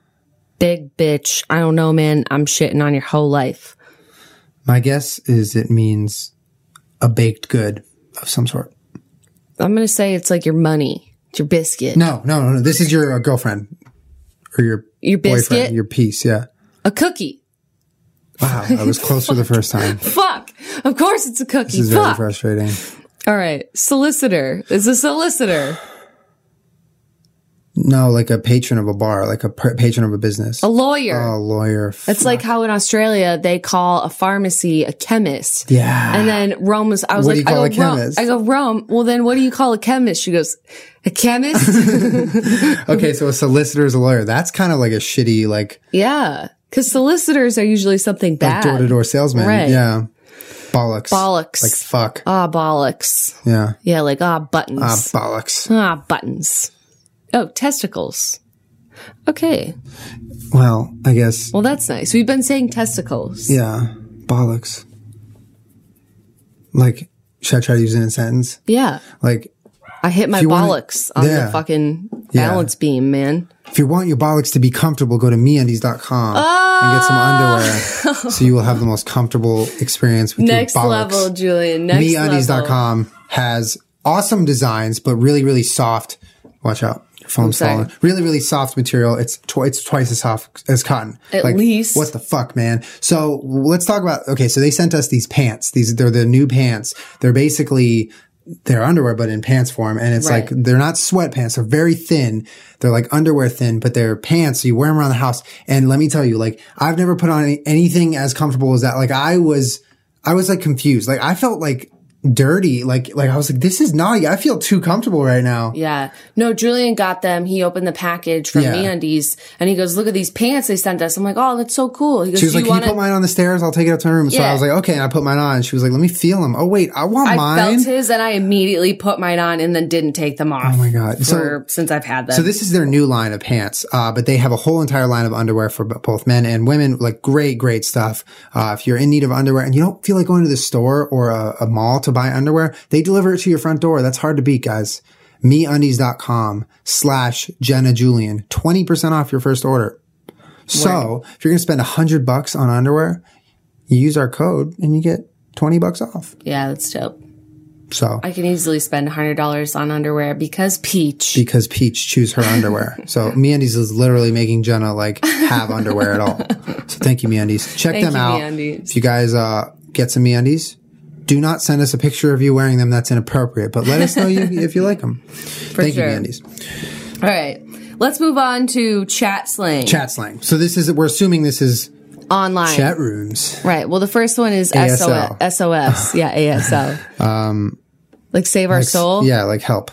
Speaker 2: big bitch, I don't know, man. I'm shitting on your whole life.
Speaker 1: My guess is it means a baked good of some sort.
Speaker 2: I'm gonna say it's like your money, it's your biscuit,
Speaker 1: No, no, no, no. This is your uh, girlfriend or your
Speaker 2: your biscuit,
Speaker 1: boyfriend, your piece. Yeah.
Speaker 2: a cookie.
Speaker 1: Wow, I was closer the first
Speaker 2: [laughs]
Speaker 1: time. This
Speaker 2: Fuck. Of course, it's a cookie.
Speaker 1: is very
Speaker 2: Fuck.
Speaker 1: frustrating.
Speaker 2: All right, solicitor is a solicitor,
Speaker 1: No, like a patron of a bar, like a per- patron of a business.
Speaker 2: a lawyer.
Speaker 1: A lawyer.
Speaker 2: It's like how in Australia they call a pharmacy a chemist.
Speaker 1: yeah.
Speaker 2: And then Rome was, I was
Speaker 1: What do
Speaker 2: like,
Speaker 1: you call
Speaker 2: I,
Speaker 1: a
Speaker 2: go, Rome,
Speaker 1: chemist?
Speaker 2: I go, Rome, well, then what do you call a chemist? She goes,
Speaker 1: [laughs]
Speaker 2: a chemist?
Speaker 1: okay, so a solicitor is a lawyer. That's kind of like a shitty, like
Speaker 2: yeah. Cause solicitors are usually something bad.
Speaker 1: door to door salesman.
Speaker 2: Right.
Speaker 1: Yeah. Bollocks.
Speaker 2: Bollocks.
Speaker 1: Like fuck.
Speaker 2: ah, bollocks.
Speaker 1: Yeah.
Speaker 2: Yeah. Like, ah, buttons.
Speaker 1: Ah, bollocks.
Speaker 2: ah, buttons. Oh, testicles. Okay.
Speaker 1: Well, I guess.
Speaker 2: Well, that's nice. We've been saying testicles.
Speaker 1: Yeah. Bollocks. Like, should I try to use it in a sentence?
Speaker 2: Yeah.
Speaker 1: Like,
Speaker 2: I hit my
Speaker 1: you wanna-
Speaker 2: bollocks on
Speaker 1: Yeah.
Speaker 2: the fucking
Speaker 1: Yeah.
Speaker 2: balance beam, man.
Speaker 1: if you want your bollocks to be comfortable, go to meundies.com and get some
Speaker 2: Ah. [laughs]
Speaker 1: underwear so you will have the most comfortable experience with
Speaker 2: Next
Speaker 1: your bollocks.
Speaker 2: level, Julian. Next level.
Speaker 1: MeUndies.com has awesome designs, but really, really soft. Watch out. Your phone's
Speaker 2: sorry.
Speaker 1: falling. Really, really soft material. It's tw- it's twice as soft as cotton.
Speaker 2: At least.
Speaker 1: What the fuck, man? So let's talk about. Okay, so they sent us these pants. These they're the new pants. They're basically they're underwear, but in pants form, and it's
Speaker 2: Right.
Speaker 1: like they're not sweatpants. They're very thin. They're like underwear thin, but they're pants. You wear them around the house, and let me tell you, like I've never put on any, anything as comfortable as that. Like I was, I was like confused. Like I felt like dirty. Like like I was like, this is naughty. I feel too comfortable right now.
Speaker 2: Yeah. No, Julian got them. He opened the package from
Speaker 1: Yeah.
Speaker 2: MeUndies and he goes, look at these pants they sent us. I'm like, oh, that's so cool. He goes,
Speaker 1: She was
Speaker 2: do
Speaker 1: like,
Speaker 2: you
Speaker 1: "Can
Speaker 2: want
Speaker 1: you put
Speaker 2: to?
Speaker 1: mine on the stairs? I'll take it up to my room." So I
Speaker 2: Yeah.
Speaker 1: was like, "Okay," and I put mine on. She was like, "Let me feel them." Oh wait, I want
Speaker 2: I
Speaker 1: mine.
Speaker 2: felt his and I immediately put mine on and then didn't take them off.
Speaker 1: Oh my God. So-
Speaker 2: For, since I've had them.
Speaker 1: So this is their new line of pants, uh, but they have a whole entire line of underwear for b- both men and women. Like great, great stuff. Uh, if you're in need of underwear and you don't feel like going to the store or a, a mall to buy underwear, they deliver it to your front door. That's hard to beat, guys. MeUndies.com slash Jenna Julian, twenty percent off your first order. So if you're going to spend a hundred bucks on underwear, you use our code and you get twenty bucks off.
Speaker 2: yeah, that's dope.
Speaker 1: So
Speaker 2: I can easily spend $100 on underwear because Peach.
Speaker 1: because Peach choose her
Speaker 2: [laughs]
Speaker 1: underwear. so MeUndies is literally making Jenna like have underwear at all. So thank you, MeUndies. Check
Speaker 2: Thank
Speaker 1: them
Speaker 2: you,
Speaker 1: out.
Speaker 2: MeUndies.
Speaker 1: If you guys uh, get some MeUndies, do not send us a picture of you wearing them. That's inappropriate. But let us know you, if you like
Speaker 2: [laughs]
Speaker 1: them. thank
Speaker 2: sure.
Speaker 1: you, MeUndies.
Speaker 2: All right. Let's move on to chat slang.
Speaker 1: Chat slang. So this is we're assuming this is
Speaker 2: online.
Speaker 1: Chat rooms.
Speaker 2: Right. Well, the first one is
Speaker 1: ASL. [sighs]
Speaker 2: SOS. SOS. Yeah, ASL. um, like save our soul,
Speaker 1: Yeah, like help.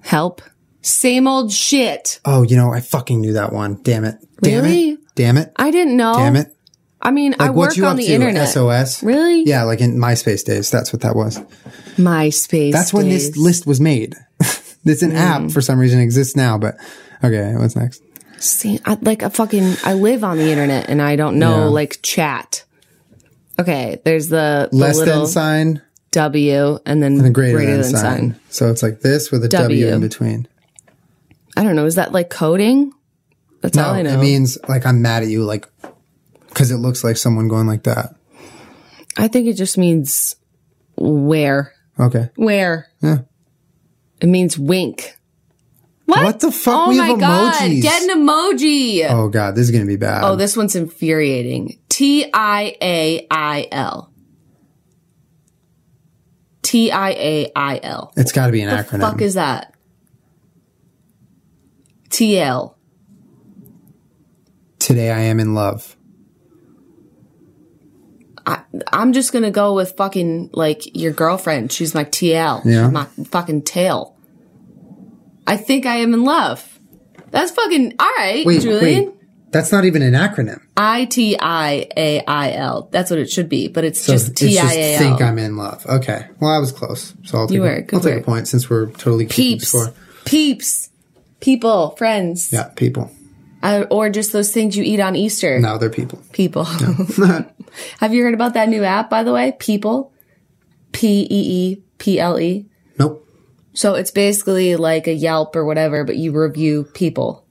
Speaker 2: help. Same old shit.
Speaker 1: Oh, you know, I fucking knew that one. Damn it. Damn
Speaker 2: Really?
Speaker 1: it. Damn it.
Speaker 2: I didn't know.
Speaker 1: Damn it.
Speaker 2: I mean, I
Speaker 1: Like, what
Speaker 2: work
Speaker 1: you
Speaker 2: on
Speaker 1: up
Speaker 2: the
Speaker 1: to?
Speaker 2: internet.
Speaker 1: SOS.
Speaker 2: Really?
Speaker 1: Yeah, like in MySpace days. That's what that was.
Speaker 2: MySpace.
Speaker 1: That's when
Speaker 2: days. Hmm.
Speaker 1: this list was made. [laughs] it's an app for some reason it exists now, but okay, what's next?
Speaker 2: See, I, like a fucking. I live on the internet and I don't know like chat. Okay, there's the, the
Speaker 1: Less
Speaker 2: little
Speaker 1: than sign
Speaker 2: W and then
Speaker 1: and greater, than, sign. So it's like this with a W,
Speaker 2: W.
Speaker 1: in between.
Speaker 2: I don't know. Is that like coding? That's
Speaker 1: No,
Speaker 2: all I know.
Speaker 1: it means like I'm mad at you, like because it looks like someone going like that.
Speaker 2: I think it just means where.
Speaker 1: Okay.
Speaker 2: Where? It means wink. What?
Speaker 1: What the fuck?
Speaker 2: Oh
Speaker 1: we
Speaker 2: my
Speaker 1: have
Speaker 2: god!
Speaker 1: emojis.
Speaker 2: Get an emoji.
Speaker 1: oh god, this is gonna be bad.
Speaker 2: Oh, this one's infuriating. T I A I L. T I A I L.
Speaker 1: it's got to be an acronym.
Speaker 2: Fuck is that? T L.
Speaker 1: Today I am in love.
Speaker 2: I'm just gonna go with fucking like your girlfriend. She's my TL.
Speaker 1: Yeah.
Speaker 2: She's my fucking tail. I think I am in love. That's fucking all right,
Speaker 1: Wait,
Speaker 2: Julian.
Speaker 1: wait. That's not even an acronym.
Speaker 2: I T I A I L. That's what it should be, but it's
Speaker 1: So
Speaker 2: just
Speaker 1: it's
Speaker 2: T I A
Speaker 1: think
Speaker 2: L.
Speaker 1: I'm in love. Okay. Well, I was close. So I'll take,
Speaker 2: You
Speaker 1: a-
Speaker 2: were. Good
Speaker 1: I'll take a
Speaker 2: work.
Speaker 1: point since we're totally keeping
Speaker 2: Peeps,
Speaker 1: score.
Speaker 2: peeps, people, friends,
Speaker 1: Yeah, people.
Speaker 2: Uh, or just those things you eat on Easter.
Speaker 1: No, they're people.
Speaker 2: People. [laughs] Have you heard about that new app, by the way? People. P E E P L E.
Speaker 1: Nope.
Speaker 2: So it's basically like a Yelp or whatever, but you review people.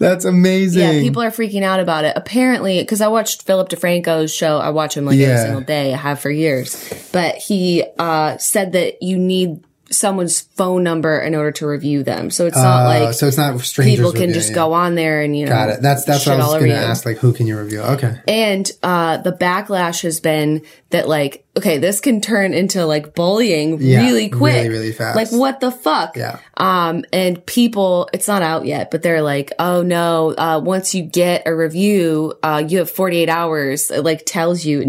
Speaker 1: That's amazing.
Speaker 2: Yeah, people are freaking out about it. Apparently, because I watched Philip DeFranco's show, I watch him like every
Speaker 1: Yeah.
Speaker 2: single day. I have for years. But he uh, said that you need someone's phone number in order to review them. So it's not
Speaker 1: Uh,
Speaker 2: like
Speaker 1: so it's not strangers.
Speaker 2: people can
Speaker 1: reviewing
Speaker 2: just
Speaker 1: it.
Speaker 2: go on there and you know.
Speaker 1: Got it. That's that's
Speaker 2: shit
Speaker 1: what I
Speaker 2: all
Speaker 1: was
Speaker 2: over
Speaker 1: going to
Speaker 2: you.
Speaker 1: ask. Like, who can you review? Okay.
Speaker 2: And uh, the backlash has been that like, okay, this can turn into like bullying
Speaker 1: Yeah,
Speaker 2: really quick,
Speaker 1: really, really fast.
Speaker 2: Like, what the fuck?
Speaker 1: Yeah.
Speaker 2: Um, and people, it's not out yet, but they're like, oh no, uh, once you get a review, uh, you have 48 hours. It like tells you, it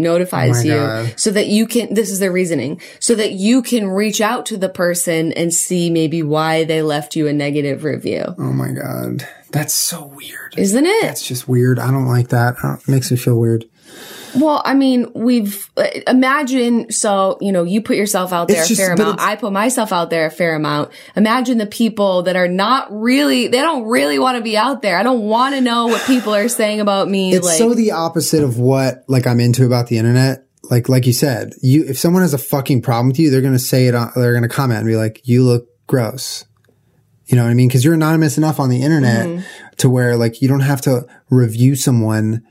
Speaker 1: Oh my
Speaker 2: notifies you
Speaker 1: God.
Speaker 2: so that you can, this is their reasoning, so that you can reach out to the person and see maybe why they left you a negative review.
Speaker 1: Oh my god, that's so weird.
Speaker 2: Isn't it?
Speaker 1: That's just weird. I don't like that. Uh, It makes me feel weird.
Speaker 2: Well, I mean, we've uh, imagine so you know you put yourself out there
Speaker 1: It's
Speaker 2: a
Speaker 1: just-
Speaker 2: fair
Speaker 1: but
Speaker 2: amount.
Speaker 1: it's-
Speaker 2: I put myself out there a fair amount. Imagine the people that are not really they don't really want to be out there. I don't want to know what people are saying about me.
Speaker 1: It's
Speaker 2: like
Speaker 1: so the opposite of what like I'm into about the internet. Like like you said, you if someone has a fucking problem with you, they're gonna say it. On, they're gonna comment and be like, "You look gross." You know what I mean? Because you're anonymous enough on the internet
Speaker 2: Mm-hmm.
Speaker 1: to where like you don't have to review someone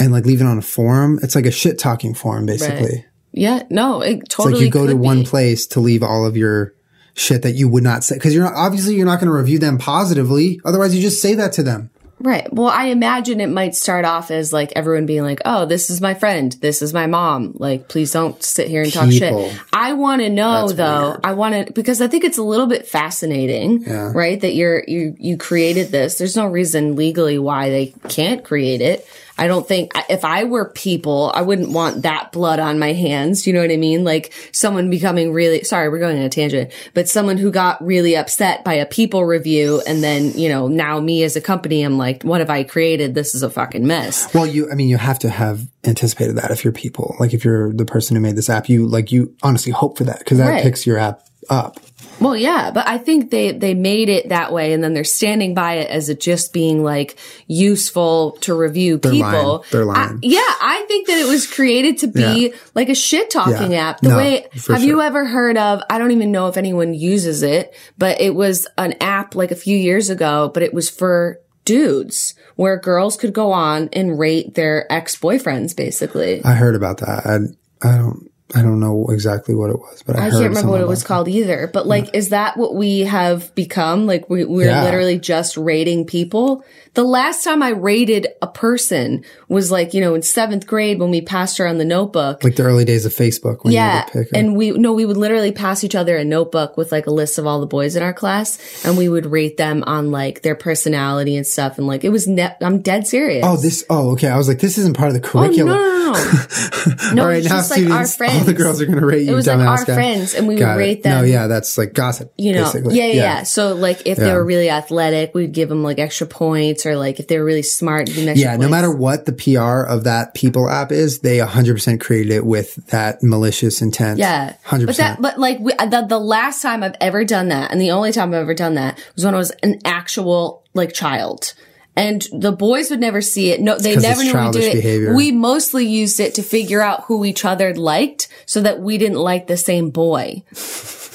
Speaker 1: and like leave it on a forum. It's like a shit talking forum basically.
Speaker 2: yeah, no, it
Speaker 1: It's
Speaker 2: totally.
Speaker 1: like you go
Speaker 2: could
Speaker 1: to one
Speaker 2: be.
Speaker 1: place to leave all of your shit that you would not say because you're not obviously you're not going to review them positively. Otherwise, you just say that to them.
Speaker 2: Right. Well, I imagine it might start off as like everyone being like, "Oh, this is my friend. This is my mom. Like, please don't sit here and talk
Speaker 1: People.
Speaker 2: shit." I want to know though. I want to because I think it's a little bit fascinating, right? That you're you you created this. There's no reason legally why they can't create it. I don't think I- if I were people, I wouldn't want that blood on my hands. You know what I mean? Like someone becoming really sorry, we're going on a tangent, but someone who got really upset by a people review, and then you know now me as a company, I'm like, what have I created? This is a fucking mess.
Speaker 1: Well, you I mean you have to have anticipated that if you're people like if you're the person who made this app, you like you honestly hope for that because that
Speaker 2: Right.
Speaker 1: picks your app up.
Speaker 2: Well, yeah, but I think they they made it that way, and then they're standing by it as it just being like useful to review people.
Speaker 1: lying. They're lying.
Speaker 2: I- yeah, I think that it was created to be
Speaker 1: Yeah.
Speaker 2: like a shit talking
Speaker 1: Yeah.
Speaker 2: app. The
Speaker 1: No,
Speaker 2: way
Speaker 1: for
Speaker 2: have you
Speaker 1: sure.
Speaker 2: ever heard of? I don't even know if anyone uses it, but it was an app like a few years ago, but it was for dudes where girls could go on and rate their ex boyfriends, basically.
Speaker 1: I heard about that. I I don't I don't know exactly what it was, but I,
Speaker 2: I
Speaker 1: heard
Speaker 2: can't remember what
Speaker 1: something
Speaker 2: it was
Speaker 1: about
Speaker 2: called either. But like, is that what we have become? Like, we, we're
Speaker 1: Yeah.
Speaker 2: literally just rating people. The last time I rated a person was like, you know, in seventh grade when we passed around the notebook.
Speaker 1: like the early days of Facebook when
Speaker 2: yeah.
Speaker 1: you had to pick. And
Speaker 2: And we, no, we would literally pass each other a notebook with like a list of all the boys in our class and we would rate them on like their personality and stuff. And like, it was ne- I'm dead serious.
Speaker 1: oh, this. Oh, okay. I was like, this isn't part of the
Speaker 2: Oh, no,
Speaker 1: curriculum. [laughs]
Speaker 2: no, no. No,
Speaker 1: all right,
Speaker 2: it's
Speaker 1: now
Speaker 2: just like
Speaker 1: students,
Speaker 2: our
Speaker 1: all the
Speaker 2: friends.
Speaker 1: girls are going to rate you.
Speaker 2: It was like
Speaker 1: dumbass
Speaker 2: our
Speaker 1: guy.
Speaker 2: friends, and we would
Speaker 1: Got it.
Speaker 2: rate
Speaker 1: No,
Speaker 2: them.
Speaker 1: yeah, that's like gossip.
Speaker 2: you know,
Speaker 1: basically.
Speaker 2: yeah, yeah, yeah. So like if they
Speaker 1: Yeah.
Speaker 2: were really athletic, we'd give them like extra points, or like if they were really smart, give them extra
Speaker 1: Yeah, no
Speaker 2: points.
Speaker 1: matter what the PR of that People app is, they 100% created it with that malicious intent.
Speaker 2: Yeah,
Speaker 1: 100%.
Speaker 2: But that, but like we, the the last time I've ever done that, and the only time I've ever done that was when I was an actual like child. And the boys would never see it. No, they
Speaker 1: 'cause it's
Speaker 2: never knew we
Speaker 1: childish
Speaker 2: did it.
Speaker 1: behavior.
Speaker 2: We mostly used it to figure out who each other liked, so that we didn't like the
Speaker 1: [laughs]
Speaker 2: same boy.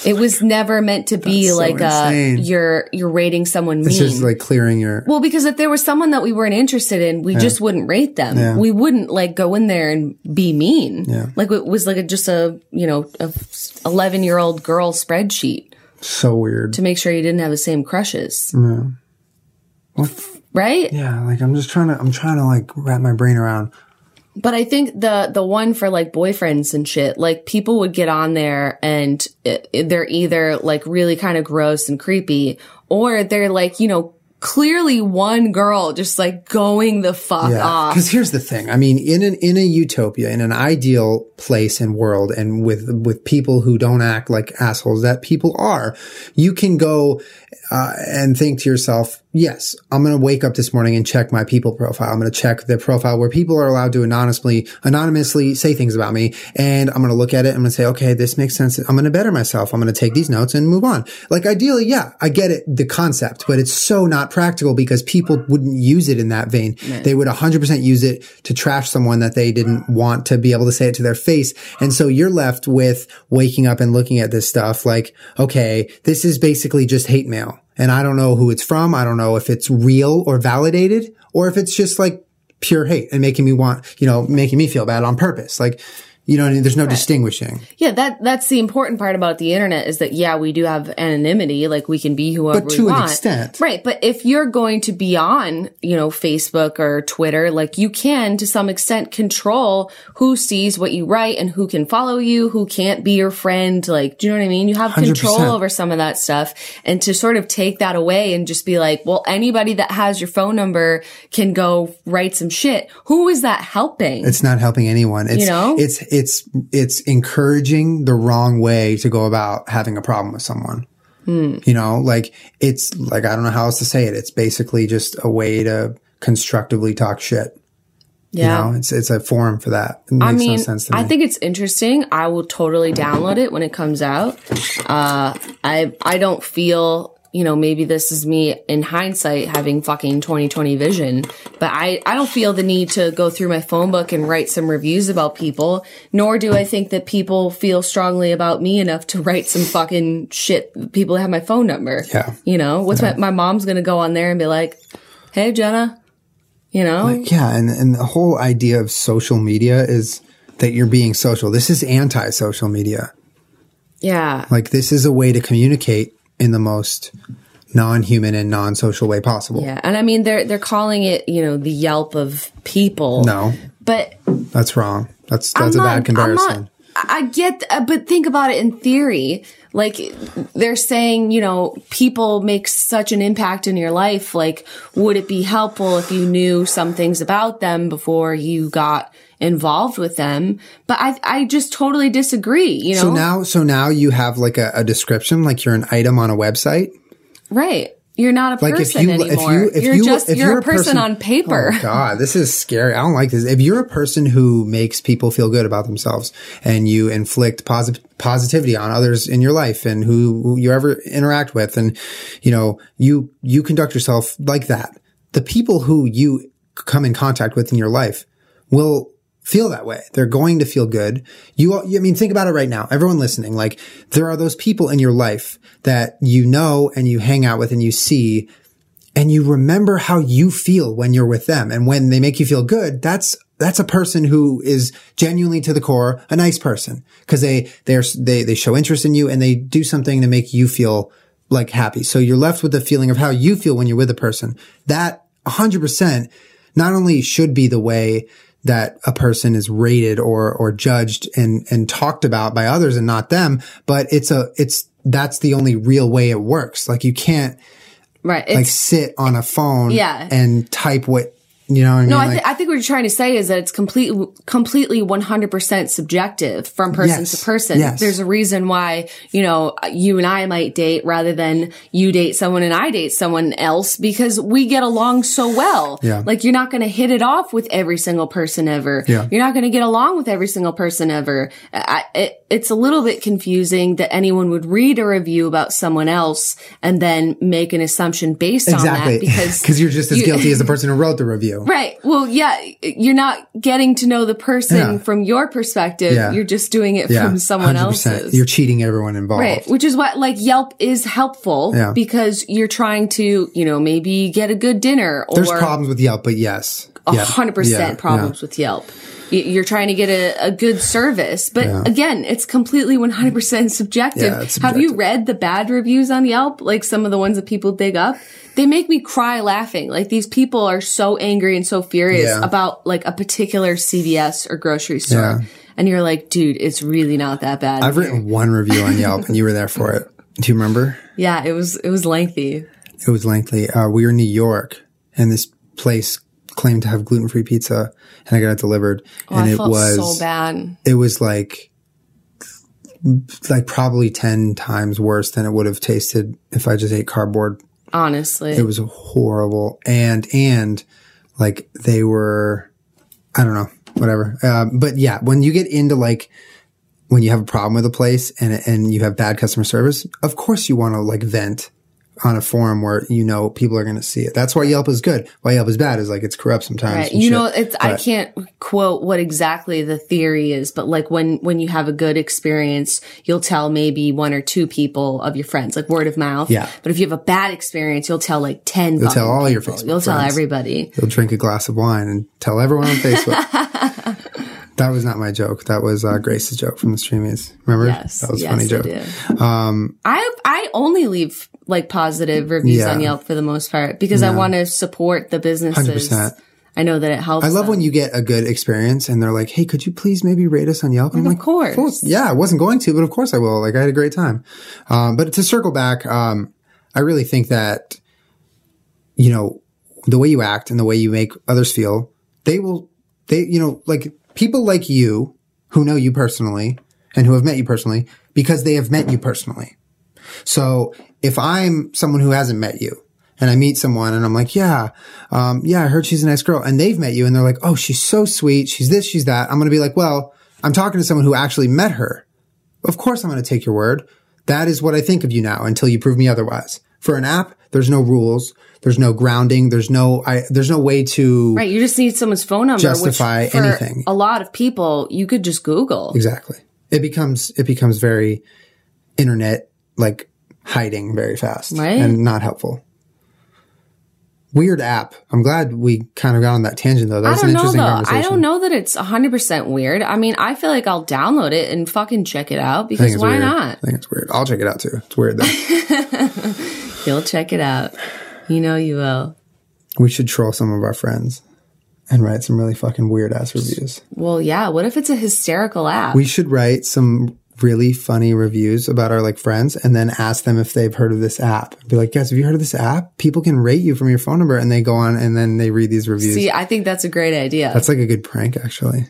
Speaker 2: It was never meant to be
Speaker 1: so
Speaker 2: like a
Speaker 1: insane.
Speaker 2: you're you're rating someone mean.
Speaker 1: it's just like clearing your.
Speaker 2: Well, because if there was someone that we weren't interested in, we just wouldn't rate them. We wouldn't like go in there and be mean. Like it was like a, just a, you know, a 11 year old girl spreadsheet
Speaker 1: so weird.
Speaker 2: to make sure you didn't have the same crushes. Right?
Speaker 1: Yeah, like I'm just trying to, I'm trying to like wrap my brain around.
Speaker 2: But I think the the one for like boyfriends and shit, like people would get on there and it, it- they're either like really kind of gross and creepy, or they're like you know clearly one girl just like going the fuck off.
Speaker 1: Because here's the thing. I mean, in an in a utopia, in an ideal place and world, and with with people who don't act like assholes that people are, you can go uh, and think to yourself, yes, I'm going to wake up this morning and check my people profile. I'm going to check the profile where people are allowed to anonymously anonymously say things about me, and I'm going to look at it. I'm going to say, okay, this makes sense. I'm going to better myself. I'm going to take these notes and move on. Like ideally, yeah, I get it, the concept, but it's so not practical because people wouldn't use it in that vein. They would 100% use it to trash someone that they didn't want to be able to say it to their face. And so you're left with waking up and looking at this stuff like, okay, this is basically just hate mail. And I don't know who it's from. I don't know if it's real or validated or if it's just like pure hate and making me want, you know, making me feel bad on purpose. Like, you know, what I mean? there's no distinguishing.
Speaker 2: Yeah, that that's the important part about the internet is that yeah, we do have anonymity, like we can be whoever
Speaker 1: But to
Speaker 2: we
Speaker 1: an
Speaker 2: want.
Speaker 1: extent.
Speaker 2: Right, but if you're going to be on, you know, Facebook or Twitter, like you can to some extent control who sees what you write and who can follow you, who can't be your friend, like do you know what I mean? You have control
Speaker 1: 100%.
Speaker 2: over some of that stuff and to sort of take that away and just be like, well, anybody that has your phone number can go write some shit. Who is that helping?
Speaker 1: It's not helping anyone. It's,
Speaker 2: You know?
Speaker 1: it's, it's, it's encouraging the wrong way to go about having a problem with someone.
Speaker 2: Hmm.
Speaker 1: You know, like it's like, I don't know how else to say it. It's basically just a way to constructively talk shit.
Speaker 2: yeah.
Speaker 1: You know, it's, it's a forum for that. It makes
Speaker 2: I
Speaker 1: no
Speaker 2: mean,
Speaker 1: sense to me.
Speaker 2: I think it's interesting. I will totally download it when it comes out. Uh, I I don't feel you know maybe this is me in hindsight having fucking 2020 vision, but I I don't feel the need to go through my phone book and write some reviews about people. Nor do I think that people feel strongly about me enough to write some fucking shit. People that have my phone number.
Speaker 1: Yeah.
Speaker 2: you know what's my my mom's gonna go on there and be like, "Hey Jenna," you know.
Speaker 1: yeah. And, and the whole idea of social media is that you're being social. This is anti social media.
Speaker 2: yeah.
Speaker 1: Like this is a way to communicate in the most non-human and non-social way possible.
Speaker 2: Yeah, and I mean they're they're calling it you know the Yelp of people.
Speaker 1: No,
Speaker 2: but
Speaker 1: that's wrong. That's
Speaker 2: I'm
Speaker 1: that's a
Speaker 2: not-
Speaker 1: bad comparison.
Speaker 2: I'm not, I get, th- uh, but think about it in theory. Like they're saying, you know, people make such an impact in your life. Like, would it be helpful if you knew some things about them before you got involved with them? But I I just totally disagree. You know,
Speaker 1: so now, so now you have like a, a description, like you're an item on a website.
Speaker 2: right? You're not a
Speaker 1: Like if
Speaker 2: person
Speaker 1: you, if
Speaker 2: anymore.
Speaker 1: you, if
Speaker 2: are
Speaker 1: you,
Speaker 2: just
Speaker 1: if
Speaker 2: you're, a person, on paper.
Speaker 1: Oh God, this is scary. I don't like this. If you're a person who makes people feel good about themselves and you inflict posi- positivity on others in your life and who, who you ever interact with, and you know you you conduct yourself like that, the people who you come in contact with in your life will feel that way. They're going to feel good. You, I mean, think about it right now. Everyone listening, like there are those people in your life that you know and you hang out with and you see and you remember how you feel when you're with them and when they make you feel good, that's That's a person who is genuinely to the core a nice person because they they're, they they show interest in you and they do something to make you feel like happy. So you're left with the feeling of how you feel when you're with a person. That 100% not only should be the way that a person is rated or or judged and and talked about by others and not them, but it's a it's that's the only real way it works. Like you can't
Speaker 2: Right.
Speaker 1: like
Speaker 2: It's,
Speaker 1: sit on a phone
Speaker 2: Yeah.
Speaker 1: and type what you know what I mean?
Speaker 2: no, I,
Speaker 1: Like-
Speaker 2: th- I think what you're trying to say is that it's complete, completely 100% subjective from person
Speaker 1: Yes.
Speaker 2: to person.
Speaker 1: Yes.
Speaker 2: There's a reason why, you know, you and I might date rather than you date someone and I date someone else because we get along so well.
Speaker 1: Yeah.
Speaker 2: Like you're not going to hit it off with every single person ever.
Speaker 1: Yeah.
Speaker 2: You're not going to get along with every single person ever. I, it, it's a little bit confusing that anyone would read a review about someone else and then make an assumption based on that
Speaker 1: exactly [laughs]
Speaker 2: because
Speaker 1: because you're just as
Speaker 2: you-
Speaker 1: guilty
Speaker 2: [laughs]
Speaker 1: as the person who wrote the review.
Speaker 2: Right. Well, yeah, you're not getting to know the person
Speaker 1: Yeah.
Speaker 2: from your perspective.
Speaker 1: Yeah.
Speaker 2: You're just doing it
Speaker 1: Yeah,
Speaker 2: from someone
Speaker 1: 100%.
Speaker 2: else's.
Speaker 1: You're cheating everyone involved.
Speaker 2: right. Which is what like Yelp is helpful
Speaker 1: Yeah.
Speaker 2: because you're trying to, you know, maybe get a good dinner or
Speaker 1: There's problems with Yelp, but yes,
Speaker 2: a
Speaker 1: Yeah.
Speaker 2: hundred
Speaker 1: Yeah. Yeah.
Speaker 2: percent problems with Yelp. Y- You're trying to get a, a good service, but again, it's completely 100% subjective.
Speaker 1: Yeah, it's
Speaker 2: Have you
Speaker 1: subjective.
Speaker 2: read the bad reviews on Yelp? Like some of the ones that people dig up? They make me cry laughing. Like these people are so angry and so furious
Speaker 1: Yeah.
Speaker 2: about like a particular CVS or grocery store.
Speaker 1: Yeah.
Speaker 2: And you're like, dude, it's really not that bad.
Speaker 1: I've written one review on Yelp, and you were there for it. Do you remember?
Speaker 2: yeah, it was, it was lengthy.
Speaker 1: It was lengthy. Uh, we were in New York, and this place claimed to have gluten free pizza, and I got it delivered, and
Speaker 2: Oh, I
Speaker 1: it
Speaker 2: felt
Speaker 1: was
Speaker 2: so bad.
Speaker 1: it was like like probably ten times worse than it would have tasted if I just ate cardboard.
Speaker 2: Honestly.
Speaker 1: It was horrible, and and like they were, I don't know, whatever. Um, but yeah, when you get into like when you have a problem with a place and and you have bad customer service, of course you want to like vent on a forum where you know people are going to see it. That's why Yelp is good. Why Yelp is bad is like it's corrupt sometimes.
Speaker 2: Right.
Speaker 1: and
Speaker 2: You
Speaker 1: shit.
Speaker 2: know, it's I can't quote what exactly the theory is, but like when when you have a good experience, you'll tell maybe one or two people of your friends, like word of mouth.
Speaker 1: Yeah.
Speaker 2: But if you have a bad experience, you'll tell like ten. You'll
Speaker 1: tell all your Facebook
Speaker 2: You'll tell
Speaker 1: friends.
Speaker 2: everybody.
Speaker 1: You'll drink a glass of wine and tell everyone on Facebook.
Speaker 2: [laughs]
Speaker 1: that was not my joke. That was uh, Grace's joke from the streamies. Remember?
Speaker 2: Yes.
Speaker 1: that was a
Speaker 2: yes,
Speaker 1: funny joke. Um,
Speaker 2: I do. I I only leave like positive reviews
Speaker 1: Yeah.
Speaker 2: on Yelp for the most part because I want to support the businesses.
Speaker 1: 100%.
Speaker 2: I know that it helps.
Speaker 1: I love when you get a good experience and they're like, "Hey, could you please maybe rate us on Yelp?" I'm like,
Speaker 2: of course.
Speaker 1: yeah, I wasn't going to, but of course I will. Like I had a great time. Um, but to circle back, um, I really think that, you know, the way you act and the way you make others feel, they will, they, you know, like people like you who know you personally and who have met you personally because they have met you personally. So if I'm someone who hasn't met you and I meet someone and I'm like, yeah, um, yeah, I heard she's a nice girl and they've met you and they're like, oh, she's so sweet. She's this, she's that. I'm going to be like, well, I'm talking to someone who actually met her. Of course I'm going to take your word. That is what I think of you now until you prove me otherwise. For an app, there's no rules. There's no grounding. There's no, I, there's no way to
Speaker 2: Right, you just need someone's phone number.
Speaker 1: Justify
Speaker 2: which for
Speaker 1: anything.
Speaker 2: A lot of people, you could just Google.
Speaker 1: Exactly. It becomes it becomes very internet like hiding very fast
Speaker 2: Right.
Speaker 1: and not helpful. Weird app. I'm glad we kind of got on that tangent though. That
Speaker 2: I
Speaker 1: was an
Speaker 2: don't know
Speaker 1: interesting
Speaker 2: though.
Speaker 1: conversation.
Speaker 2: I don't know that it's 100% weird. I mean, I feel like I'll download it and fucking check it out
Speaker 1: I think
Speaker 2: because
Speaker 1: it's
Speaker 2: why
Speaker 1: weird.
Speaker 2: not?
Speaker 1: I think it's weird. I'll check it out too. It's weird
Speaker 2: [laughs]
Speaker 1: though.
Speaker 2: You'll check it out. You know you will.
Speaker 1: we should troll some of our friends and write some really fucking weird ass reviews.
Speaker 2: Well, yeah. What if it's a hysterical app?
Speaker 1: We should write some really funny reviews about our like friends and then ask them if they've heard of this app. Be like, guys, have you heard of this app? People can rate you from your phone number and they go on and then they read these reviews.
Speaker 2: See, I think that's a great idea.
Speaker 1: That's like a good prank, actually.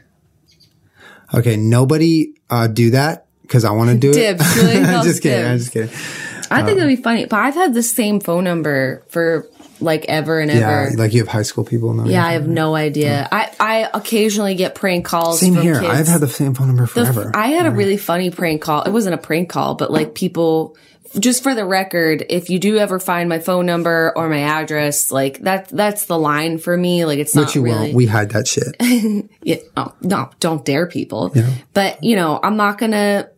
Speaker 1: Okay, nobody uh, do that because I want to do it. [laughs]
Speaker 2: [laughs] Dibs, really?
Speaker 1: I'm
Speaker 2: Those
Speaker 1: just kidding. I'm
Speaker 2: dibs.
Speaker 1: just kidding.
Speaker 2: I think that'd be funny. But I've had the same phone number for like ever and
Speaker 1: Yeah,
Speaker 2: ever.
Speaker 1: like you have high school people. Know
Speaker 2: yeah, I have no idea. I, I occasionally get prank calls.
Speaker 1: same
Speaker 2: from
Speaker 1: here.
Speaker 2: Kids.
Speaker 1: I've had the same phone number
Speaker 2: The f-
Speaker 1: forever.
Speaker 2: I had a really funny prank call. It wasn't a prank call, but like people, just for the record, if you do ever find my phone number or my address, like that, that's the line for me. Like it's not
Speaker 1: But you
Speaker 2: [laughs] really.
Speaker 1: won't. We hide that
Speaker 2: [laughs]
Speaker 1: shit.
Speaker 2: Yeah, oh, no, don't dare people. But you know, I'm not gonna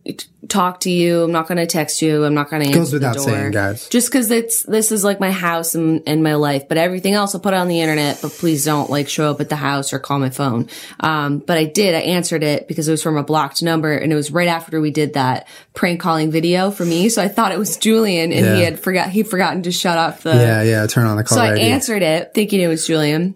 Speaker 2: talk to you. I'm not going to text you. I'm not going to answer
Speaker 1: Goes without
Speaker 2: the door.
Speaker 1: saying, guys.
Speaker 2: Just because it's this is like my house and, and my life, but everything else I'll put on the internet. But please don't like show up at the house or call my phone. Um, but I did. I answered it because it was from a blocked number, and it was right after we did that prank calling video for me. So I thought it was Julian, and he
Speaker 1: Yeah.
Speaker 2: had forgot he would forgotten to shut off the
Speaker 1: Yeah, yeah. Turn on the caller
Speaker 2: so I
Speaker 1: ID.
Speaker 2: answered it thinking it was Julian.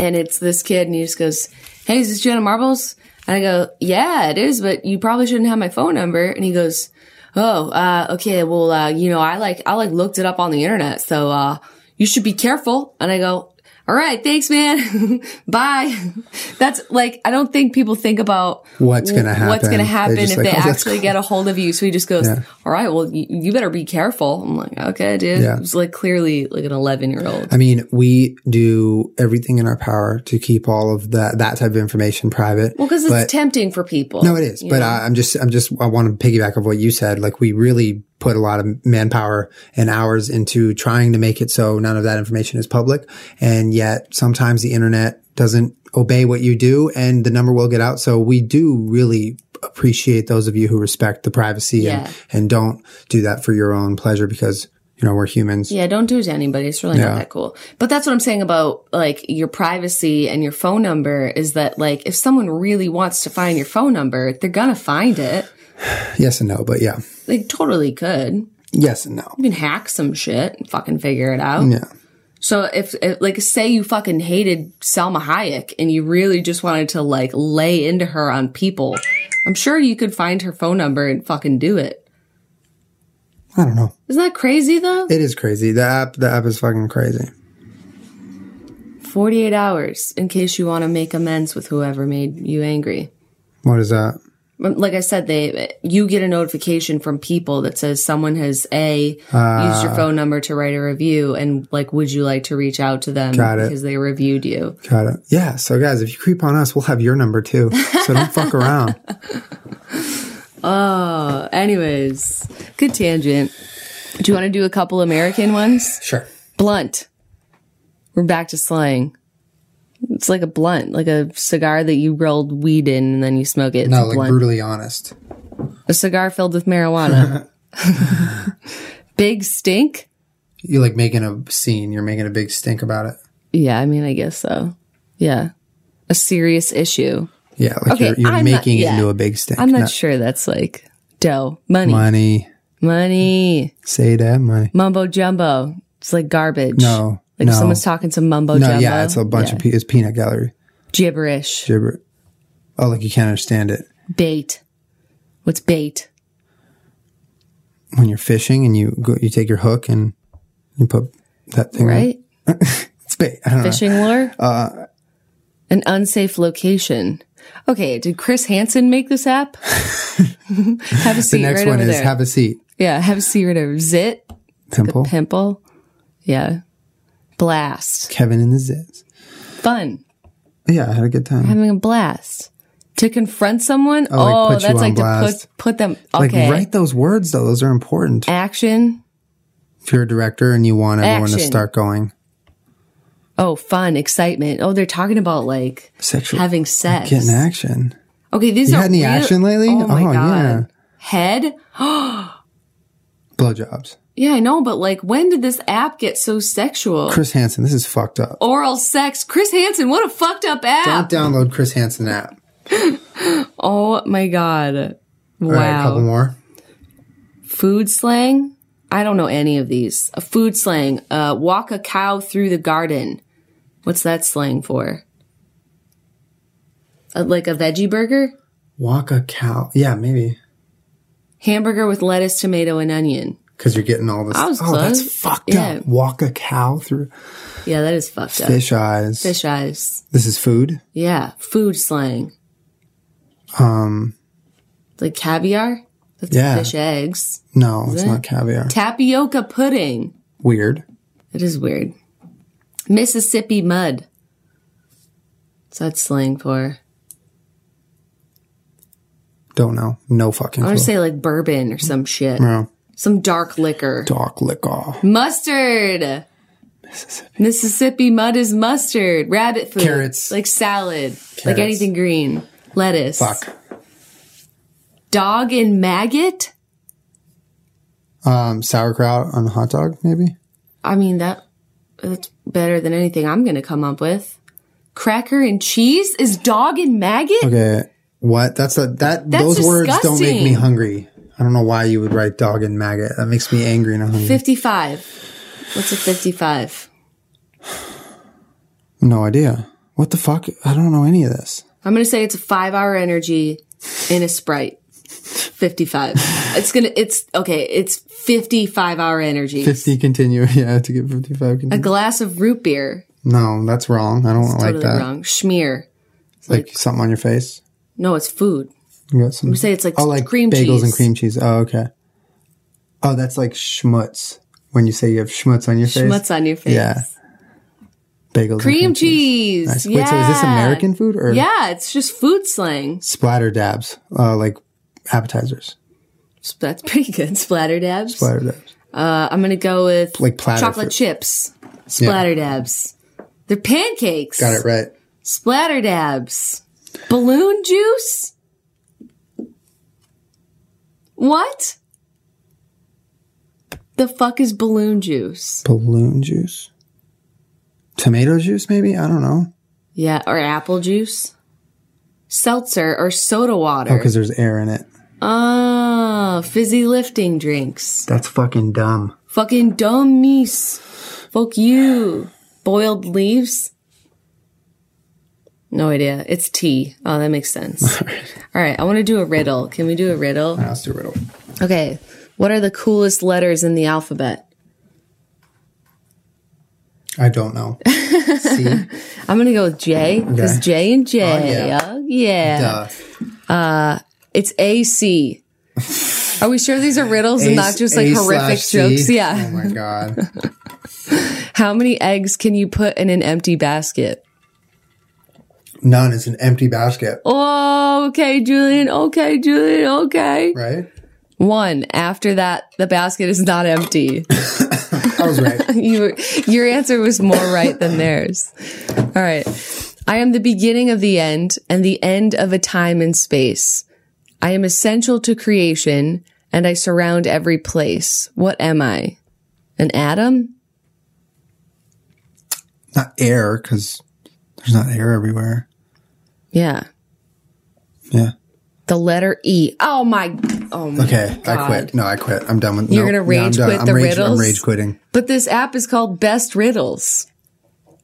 Speaker 2: And it's this kid and he just goes, Hey, is this Jenna Marbles? And I go, Yeah, it is, but you probably shouldn't have my phone number. And he goes, Oh, uh, okay. Well, uh, you know, I like, I like looked it up on the internet. So, uh, you should be careful. And I go, all right. Thanks, man. [laughs] Bye. That's like, I don't think people think about
Speaker 1: What's gonna
Speaker 2: What's
Speaker 1: happen.
Speaker 2: going
Speaker 1: They
Speaker 2: to happen
Speaker 1: just
Speaker 2: if
Speaker 1: like,
Speaker 2: they
Speaker 1: "Oh, [laughs] that's
Speaker 2: actually
Speaker 1: cool."
Speaker 2: get a hold of you? So he just goes, all right. Well, you, you better be careful. I'm like, okay, dude.
Speaker 1: Yeah.
Speaker 2: It was like clearly like an 11 year old.
Speaker 1: I mean, we do everything in our power to keep all of that that type of information private.
Speaker 2: Well, because it's
Speaker 1: but-
Speaker 2: tempting for people.
Speaker 1: No, it is. But I, I'm just, I'm just, I want to piggyback of what you said. Like we really put a lot of manpower and hours into trying to make it so none of that information is public. And yet sometimes the internet doesn't obey what you do and the number will get out. So we do really appreciate those of you who respect the privacy
Speaker 2: Yeah.
Speaker 1: and, and don't do that for your own pleasure because, you know, we're humans.
Speaker 2: Yeah, don't do it to anybody. It's really not that cool. But that's what I'm saying about like your privacy and your phone number is that like if someone really wants to find your phone number, they're gonna find it.
Speaker 1: Yes and no, but yeah.
Speaker 2: They totally could.
Speaker 1: Yes and no.
Speaker 2: You can hack some shit and fucking figure it out.
Speaker 1: Yeah.
Speaker 2: So if, if like say you fucking hated Selma Hayek and you really just wanted to like lay into her on people, I'm sure you could find her phone number and fucking do it.
Speaker 1: I don't know.
Speaker 2: Isn't that crazy though?
Speaker 1: It is crazy. The app, the app is fucking crazy.
Speaker 2: 48 hours in case you want to make amends with whoever made you angry.
Speaker 1: What is that?
Speaker 2: But Like I said, they you get a notification from people that says someone has a used
Speaker 1: Ah.
Speaker 2: your phone number to write a review, and like, would you like to reach out to them
Speaker 1: Got it.
Speaker 2: because they reviewed you?
Speaker 1: Got it. Yeah. So guys, if you creep on us, we'll have your number too. So don't
Speaker 2: [laughs]
Speaker 1: fuck around.
Speaker 2: Uh, anyways, good tangent. Do you want to do a couple American ones?
Speaker 1: Sure.
Speaker 2: Blunt. We're back to slang. It's like a blunt, like a cigar that you rolled weed in and then you smoke it. It's
Speaker 1: No,
Speaker 2: a
Speaker 1: like
Speaker 2: blunt.
Speaker 1: brutally honest.
Speaker 2: A cigar filled
Speaker 1: [laughs]
Speaker 2: with marijuana. Big stink?
Speaker 1: You're like making a scene. You're making a big stink about it.
Speaker 2: Yeah, I mean, I guess so. Yeah. A serious issue.
Speaker 1: Yeah. Like
Speaker 2: Okay,
Speaker 1: you're, you're
Speaker 2: I'm not-
Speaker 1: making it
Speaker 2: yeah.
Speaker 1: into a big stink.
Speaker 2: I'm not sure that's like dough. Money.
Speaker 1: money.
Speaker 2: Money.
Speaker 1: Say that money.
Speaker 2: Mumbo jumbo. It's like garbage.
Speaker 1: No.
Speaker 2: Like
Speaker 1: no.
Speaker 2: if someone's talking some mumbo
Speaker 1: no.
Speaker 2: jumbo.
Speaker 1: Yeah. It's a bunch
Speaker 2: yeah.
Speaker 1: of pe- it's peanut gallery
Speaker 2: gibberish.
Speaker 1: gibber. Oh, like you can't understand it
Speaker 2: Bait. What's bait?
Speaker 1: Mm, when you're fishing and you go, you take your hook and you put that thing on.
Speaker 2: Right?
Speaker 1: It's bait. I don't
Speaker 2: Fishing lure? Uh, An unsafe location. Okay, did Chris Hansen make
Speaker 1: [laughs]
Speaker 2: this app? [laughs] have a
Speaker 1: know.
Speaker 2: seat
Speaker 1: The next
Speaker 2: right
Speaker 1: one
Speaker 2: over
Speaker 1: is
Speaker 2: there.
Speaker 1: have a seat.
Speaker 2: yeah, have a seat right over. Zit.
Speaker 1: Pimple.
Speaker 2: Pimple. Yeah. Blast.
Speaker 1: Kevin and the Ziz.
Speaker 2: Fun.
Speaker 1: Yeah, I had a good time.
Speaker 2: Having a blast. To confront someone? Oh,
Speaker 1: like, put you
Speaker 2: that's
Speaker 1: on
Speaker 2: like
Speaker 1: blast.
Speaker 2: to put, put them.
Speaker 1: Like
Speaker 2: Okay.
Speaker 1: write those words though; those are important.
Speaker 2: Action.
Speaker 1: If you're a director and you want everyone to
Speaker 2: Action.
Speaker 1: start going
Speaker 2: Oh, fun. Excitement. Oh, they're talking about like
Speaker 1: sexual,
Speaker 2: having sex.
Speaker 1: getting action.
Speaker 2: Okay, these
Speaker 1: You
Speaker 2: are
Speaker 1: had any
Speaker 2: real-
Speaker 1: action lately?
Speaker 2: Oh, my
Speaker 1: Oh,
Speaker 2: God.
Speaker 1: yeah.
Speaker 2: Head?
Speaker 1: Blowjobs.
Speaker 2: Yeah, I know, but like, when did this app get so sexual?
Speaker 1: Chris Hansen, this is fucked up.
Speaker 2: Oral sex. Chris Hansen, what a fucked up app.
Speaker 1: Don't download Chris Hansen app.
Speaker 2: Oh my God. Wow.
Speaker 1: All right, a couple more.
Speaker 2: food slang. I don't know any of these. A food slang. Uh, walk a cow through the garden. What's that slang for? Uh, like a veggie burger?
Speaker 1: Walk a cow. Yeah, maybe
Speaker 2: Hamburger with lettuce, tomato, and onion.
Speaker 1: because you're getting all this.
Speaker 2: I was
Speaker 1: oh, that's
Speaker 2: close.
Speaker 1: fucked
Speaker 2: Yeah.
Speaker 1: up. Walk a cow through
Speaker 2: Yeah, that is fucked up.
Speaker 1: fish eyes.
Speaker 2: Fish eyes.
Speaker 1: This is food.
Speaker 2: Yeah, food slang.
Speaker 1: Um,
Speaker 2: Like caviar? That's
Speaker 1: Yeah.
Speaker 2: fish eggs.
Speaker 1: no, it's
Speaker 2: it?
Speaker 1: not caviar.
Speaker 2: Tapioca pudding.
Speaker 1: Weird.
Speaker 2: That is weird. Mississippi mud. What's that slang for?
Speaker 1: Don't know. No fucking
Speaker 2: I
Speaker 1: clue.
Speaker 2: want to say like bourbon or some shit.
Speaker 1: no.
Speaker 2: Some dark liquor.
Speaker 1: Dark liquor.
Speaker 2: Mustard. Mississippi. mud is mustard. Rabbit food.
Speaker 1: Carrots.
Speaker 2: Like salad. Like
Speaker 1: Carrots.
Speaker 2: anything green. Lettuce.
Speaker 1: Fuck.
Speaker 2: Dog and maggot?
Speaker 1: Um, sauerkraut on a hot dog, maybe.
Speaker 2: I mean that that's better than anything I'm gonna come up with. Cracker and cheese is dog and maggot?
Speaker 1: Okay, what? That's a that.
Speaker 2: That's
Speaker 1: those words don't make me
Speaker 2: disgusting.
Speaker 1: hungry. I don't know why you would write dog and maggot. That makes me angry and hungry.
Speaker 2: Fifty five. What's a fifty five?
Speaker 1: No idea. What the fuck? I don't know any of this.
Speaker 2: I'm gonna say it's a five hour energy in a sprite.
Speaker 1: [laughs]
Speaker 2: Fifty five. It's gonna it's okay, it's fifty five hour energy.
Speaker 1: Fifty continue. [laughs] Yeah, to get fifty-five.
Speaker 2: A
Speaker 1: Continue.
Speaker 2: glass of root beer.
Speaker 1: No, that's wrong. I don't like
Speaker 2: Totally
Speaker 1: that.
Speaker 2: wrong. Schmear.
Speaker 1: It's like, something on your face.
Speaker 2: No, it's food.
Speaker 1: You got some.
Speaker 2: You say it's like,
Speaker 1: oh, like
Speaker 2: cream
Speaker 1: bagels
Speaker 2: cheese.
Speaker 1: and cream cheese. Oh, okay. Oh, that's like schmutz. When you say you have schmutz on your face,
Speaker 2: Schmutz on your face.
Speaker 1: Yeah. bagels, and
Speaker 2: Cream cheese.
Speaker 1: Nice.
Speaker 2: Yeah.
Speaker 1: Wait, so is this American food or
Speaker 2: Yeah, it's just food slang.
Speaker 1: splatter dabs? Uh, like appetizers.
Speaker 2: So That's [laughs] pretty good. Splatter dabs.
Speaker 1: Splatter dabs.
Speaker 2: Uh, I'm gonna go with
Speaker 1: Like platter
Speaker 2: chocolate
Speaker 1: food.
Speaker 2: chips. Splatter dabs. They're pancakes.
Speaker 1: Got it right.
Speaker 2: Splatter dabs. Balloon juice. What? The fuck is balloon juice?
Speaker 1: Balloon juice. Tomato juice, maybe. I don't know.
Speaker 2: Yeah, or apple juice? Seltzer or soda water.
Speaker 1: Because there's air in it.
Speaker 2: Oh, fizzy lifting drinks.
Speaker 1: That's fucking dumb.
Speaker 2: Fucking dumb meese. Fuck you. Boiled leaves? No idea. It's tea. Oh, that
Speaker 1: [laughs]
Speaker 2: makes sense. All right, I want to do a riddle. Can we do a riddle?
Speaker 1: Ah, That's the riddle.
Speaker 2: Okay. What are the coolest letters in the alphabet?
Speaker 1: I don't
Speaker 2: [laughs]
Speaker 1: know. See?
Speaker 2: I'm going to go with J because
Speaker 1: Okay.
Speaker 2: J and J. Oh,
Speaker 1: yeah.
Speaker 2: yeah.
Speaker 1: Duh.
Speaker 2: It's AC. Are we sure these are riddles and not just like
Speaker 1: A
Speaker 2: horrific
Speaker 1: slash C.
Speaker 2: jokes? Yeah.
Speaker 1: Oh my god.
Speaker 2: How many eggs can you put in an empty basket?
Speaker 1: None. It's an empty basket,
Speaker 2: Oh, okay, Julian. Okay, Julian. Okay.
Speaker 1: right?
Speaker 2: One. After that, the basket is not empty. [laughs]
Speaker 1: I was right.
Speaker 2: you, your answer was more right than theirs. All right. I am the beginning of the end and the end of a time and space. I am essential to creation and I surround every place. What am I? An atom?
Speaker 1: not air because there's not air everywhere.
Speaker 2: Yeah.
Speaker 1: Yeah.
Speaker 2: The letter E. Oh my. Oh my.
Speaker 1: Okay, I
Speaker 2: God.
Speaker 1: quit. No, I quit. I'm done with.
Speaker 2: You're
Speaker 1: no,
Speaker 2: gonna
Speaker 1: no, I'm
Speaker 2: rage
Speaker 1: done.
Speaker 2: quit
Speaker 1: I'm
Speaker 2: the
Speaker 1: rage, I'm
Speaker 2: riddles?
Speaker 1: rage quitting.
Speaker 2: But this app is called Best Riddles.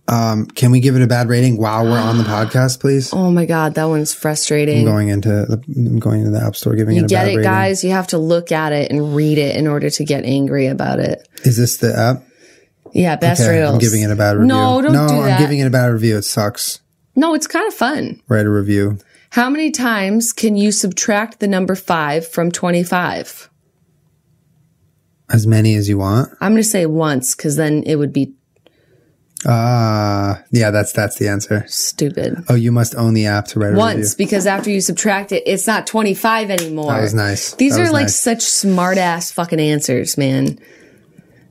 Speaker 1: Um, can we give it a bad rating while we're
Speaker 2: [gasps]
Speaker 1: on the podcast, please?
Speaker 2: Oh my God. That one's frustrating.
Speaker 1: I'm going into the, I'm going into the app store, giving it
Speaker 2: You
Speaker 1: a
Speaker 2: get
Speaker 1: bad
Speaker 2: it,
Speaker 1: rating.
Speaker 2: guys. You have to look at it and read it in order to get angry about it.
Speaker 1: Is this the app?
Speaker 2: Yeah, best
Speaker 1: Okay,
Speaker 2: riddles.
Speaker 1: I'm giving it a bad review.
Speaker 2: No, don't
Speaker 1: no,
Speaker 2: do
Speaker 1: I'm
Speaker 2: that.
Speaker 1: giving it a bad review. It sucks.
Speaker 2: no, it's kind of fun.
Speaker 1: Write a review.
Speaker 2: How many times can you subtract the number five from 25?
Speaker 1: As many as you want.
Speaker 2: I'm going to say once because then it would be
Speaker 1: Ah, yeah, that's that's the answer.
Speaker 2: stupid.
Speaker 1: Oh, you must own the app to write a
Speaker 2: Once
Speaker 1: review.
Speaker 2: because after you subtract it, it's not 25 anymore.
Speaker 1: That was nice.
Speaker 2: These
Speaker 1: That
Speaker 2: are
Speaker 1: was
Speaker 2: like
Speaker 1: nice.
Speaker 2: such smart ass fucking answers, man.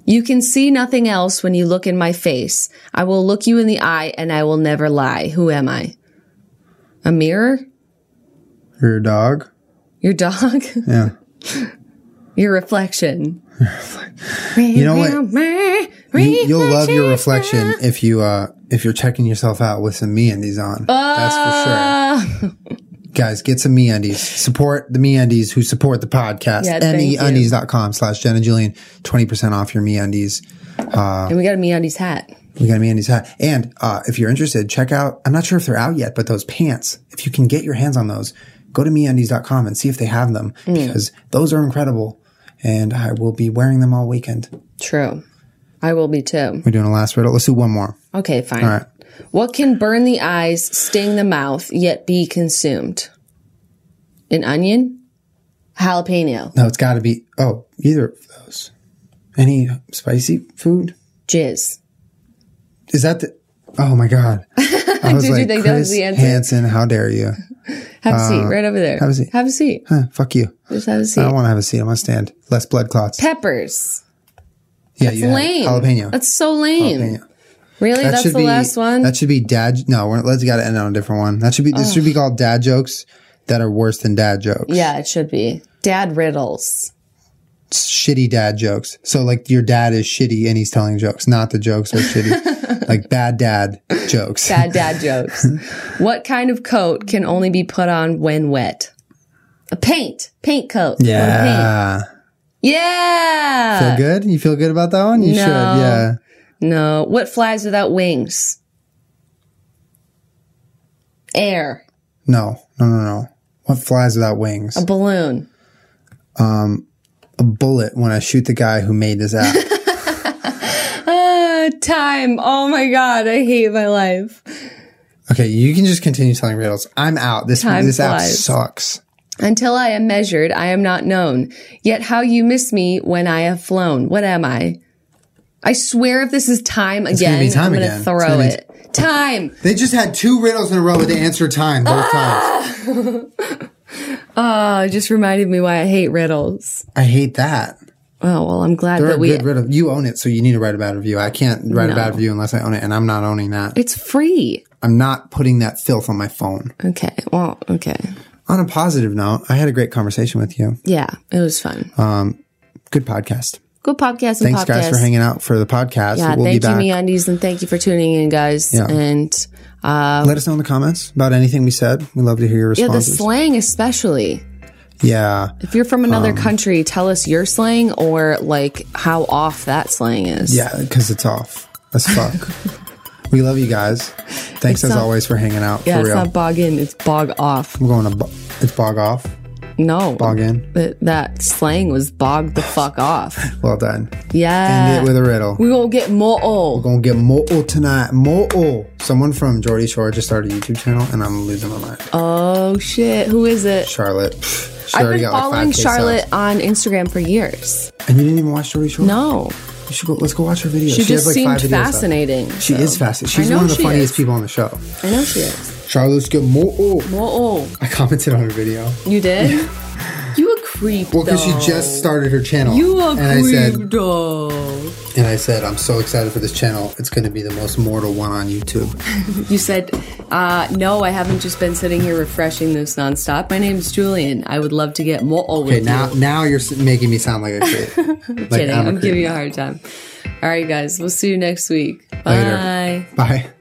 Speaker 2: You can see nothing else when you look in my face. I will look you in the eye and I will never lie. Who am I? A mirror?
Speaker 1: your dog.
Speaker 2: Your dog? [laughs]
Speaker 1: Yeah.
Speaker 2: Your reflection.
Speaker 1: [laughs] You know what?
Speaker 2: [laughs] You,
Speaker 1: You'll love your reflection if you uh if you're checking yourself out with some me undies on. That's for
Speaker 2: Uh. [laughs]
Speaker 1: sure. Guys, get some me undies. Support the me undies who support the podcast. E
Speaker 2: Yeah, thank you.
Speaker 1: meundies.com slash Jen and Julian. 20% off your me undies.
Speaker 2: and we got a MeUndies hat.
Speaker 1: We got a me undies hat. And uh, if you're interested, check out, I'm not sure if they're out yet, but those pants, if you can get your hands on those, go to meundies.com and see if they have them
Speaker 2: Mm.
Speaker 1: because those are incredible. And I will be wearing them all weekend.
Speaker 2: True. I will be too.
Speaker 1: We're doing a last riddle. Let's do one more.
Speaker 2: Okay, fine.
Speaker 1: All right.
Speaker 2: What can burn the eyes, sting the mouth, yet be consumed? An onion? Jalapeno.
Speaker 1: No, it's got to be. Oh, either of those. Any spicy food?
Speaker 2: Jizz.
Speaker 1: Is that the? Oh my
Speaker 2: [laughs]
Speaker 1: god! I was
Speaker 2: Did you think that was
Speaker 1: Chris
Speaker 2: the answer?"
Speaker 1: Hansen, how dare you?
Speaker 2: Have a seat right over there.
Speaker 1: Uh, have a seat.
Speaker 2: Have a seat.
Speaker 1: Huh, fuck you!
Speaker 2: Just have a
Speaker 1: I
Speaker 2: seat.
Speaker 1: don't want to have a seat. I want to stand. Less blood clots.
Speaker 2: Peppers.
Speaker 1: yeah, you had
Speaker 2: Lame.
Speaker 1: jalapeno.
Speaker 2: That's so lame.
Speaker 1: Jalapeno.
Speaker 2: Really?
Speaker 1: That
Speaker 2: That's
Speaker 1: should
Speaker 2: the
Speaker 1: be
Speaker 2: last one?
Speaker 1: That should be dad. No, we're, let's got to end on a different one. That should be. This should be called dad jokes. that are worse than dad jokes.
Speaker 2: Yeah, it should be. Dad riddles.
Speaker 1: shitty dad jokes. So like your dad is shitty and he's telling jokes, not the jokes are
Speaker 2: [laughs]
Speaker 1: shitty. like bad dad jokes.
Speaker 2: Bad
Speaker 1: [laughs]
Speaker 2: dad jokes. what kind of coat can only be put on when wet? A paint. Paint coat. Or paint.
Speaker 1: yeah.
Speaker 2: Yeah.
Speaker 1: Feel good? You feel good about that one? You should.
Speaker 2: Uh, No.
Speaker 1: Yeah.
Speaker 2: No. What flies without wings? Air.
Speaker 1: No. No, no, no. What flies without wings?
Speaker 2: A balloon.
Speaker 1: A bullet when I shoot the guy who made this app.
Speaker 2: [laughs] Ah, time. Oh my God. I hate my life.
Speaker 1: okay, you can just continue telling riddles. I'm out. This
Speaker 2: Time
Speaker 1: this app
Speaker 2: flies.
Speaker 1: sucks.
Speaker 2: Until I am measured, I am not known. Yet how you miss me when I have flown. What am I? I swear if this is time again,
Speaker 1: gonna be time
Speaker 2: I'm going
Speaker 1: again.
Speaker 2: to
Speaker 1: It's
Speaker 2: throw
Speaker 1: gonna be-
Speaker 2: it. time.
Speaker 1: They just had two riddles in a row with the answer time both
Speaker 2: Ah!
Speaker 1: times.
Speaker 2: Oh, it just reminded me why I hate riddles.
Speaker 1: I hate that.
Speaker 2: Oh, well, I'm glad
Speaker 1: They're
Speaker 2: that
Speaker 1: a
Speaker 2: we.
Speaker 1: good riddle. You own it, so you need to write a bad review. I can't write a bad review unless I own it, and I'm not owning that.
Speaker 2: It's free.
Speaker 1: I'm not putting that filth on my phone.
Speaker 2: Okay. Well, okay.
Speaker 1: On a positive note, I had a great conversation with you.
Speaker 2: Yeah, it was fun.
Speaker 1: Good podcast.
Speaker 2: Good podcast and
Speaker 1: Uh, Thanks,
Speaker 2: podcast.
Speaker 1: guys, for hanging out for the podcast.
Speaker 2: Yeah,
Speaker 1: we'll be
Speaker 2: Uh, thank you,
Speaker 1: back.
Speaker 2: MeUndies, and thank you for tuning in, guys.
Speaker 1: Yeah.
Speaker 2: And
Speaker 1: Let us know in the comments about anything we said. We love to hear your
Speaker 2: yeah, the
Speaker 1: responses.
Speaker 2: slang especially.
Speaker 1: Yeah,
Speaker 2: If you're from another
Speaker 1: Um,
Speaker 2: country, tell us your slang or like how off that slang is.
Speaker 1: yeah, because it's off as
Speaker 2: [laughs]
Speaker 1: fuck. we love you guys. Thanks as
Speaker 2: not-
Speaker 1: always for hanging out.
Speaker 2: Yeah,
Speaker 1: for
Speaker 2: it's
Speaker 1: real,
Speaker 2: not bog in, it's bog off.
Speaker 1: we're going to. Bo- it's bog off.
Speaker 2: No.
Speaker 1: Bog in.
Speaker 2: That, that slang was
Speaker 1: [laughs]
Speaker 2: bog the fuck off.
Speaker 1: Well done.
Speaker 2: Yeah.
Speaker 1: End it with a riddle.
Speaker 2: Uh, we gonna get more old.
Speaker 1: gonna get more tonight. More. Someone from Geordie Shore just started a YouTube channel, and I'm losing my mind.
Speaker 2: Oh shit. Who is it?
Speaker 1: Charlotte. Pfft, she
Speaker 2: I've
Speaker 1: already
Speaker 2: been
Speaker 1: got, like,
Speaker 2: following
Speaker 1: 5K
Speaker 2: Charlotte
Speaker 1: subs.
Speaker 2: on Instagram for years.
Speaker 1: and you didn't even watch Geordie Shore.
Speaker 2: No.
Speaker 1: You should go, let's go watch her video.
Speaker 2: She, just
Speaker 1: five
Speaker 2: seemed
Speaker 1: videos up.
Speaker 2: fascinating.
Speaker 1: She is fascinating. She's
Speaker 2: I know
Speaker 1: one of the
Speaker 2: she
Speaker 1: funniest
Speaker 2: is.
Speaker 1: people on the show.
Speaker 2: I know she is.
Speaker 1: Charlotte's get more.
Speaker 2: More old.
Speaker 1: I commented on her video.
Speaker 2: You did? [laughs] you a creep.
Speaker 1: Well, because she
Speaker 2: though.
Speaker 1: just started her channel.
Speaker 2: You a
Speaker 1: and
Speaker 2: creep
Speaker 1: I said,
Speaker 2: though.
Speaker 1: and I said, I'm so excited for this channel. It's going to be the most mortal one on YouTube.
Speaker 2: You said, uh, no, I haven't just been sitting here refreshing this nonstop. My name's Julian. I would love to get more old
Speaker 1: Okay,
Speaker 2: with
Speaker 1: now
Speaker 2: you.
Speaker 1: now you're s- making me sound like a
Speaker 2: [laughs]
Speaker 1: creep. like
Speaker 2: Kidding.
Speaker 1: a
Speaker 2: I'm
Speaker 1: creep.
Speaker 2: giving you a hard time. All right, guys. We'll see you next week.
Speaker 1: Later.
Speaker 2: Bye.
Speaker 1: Bye.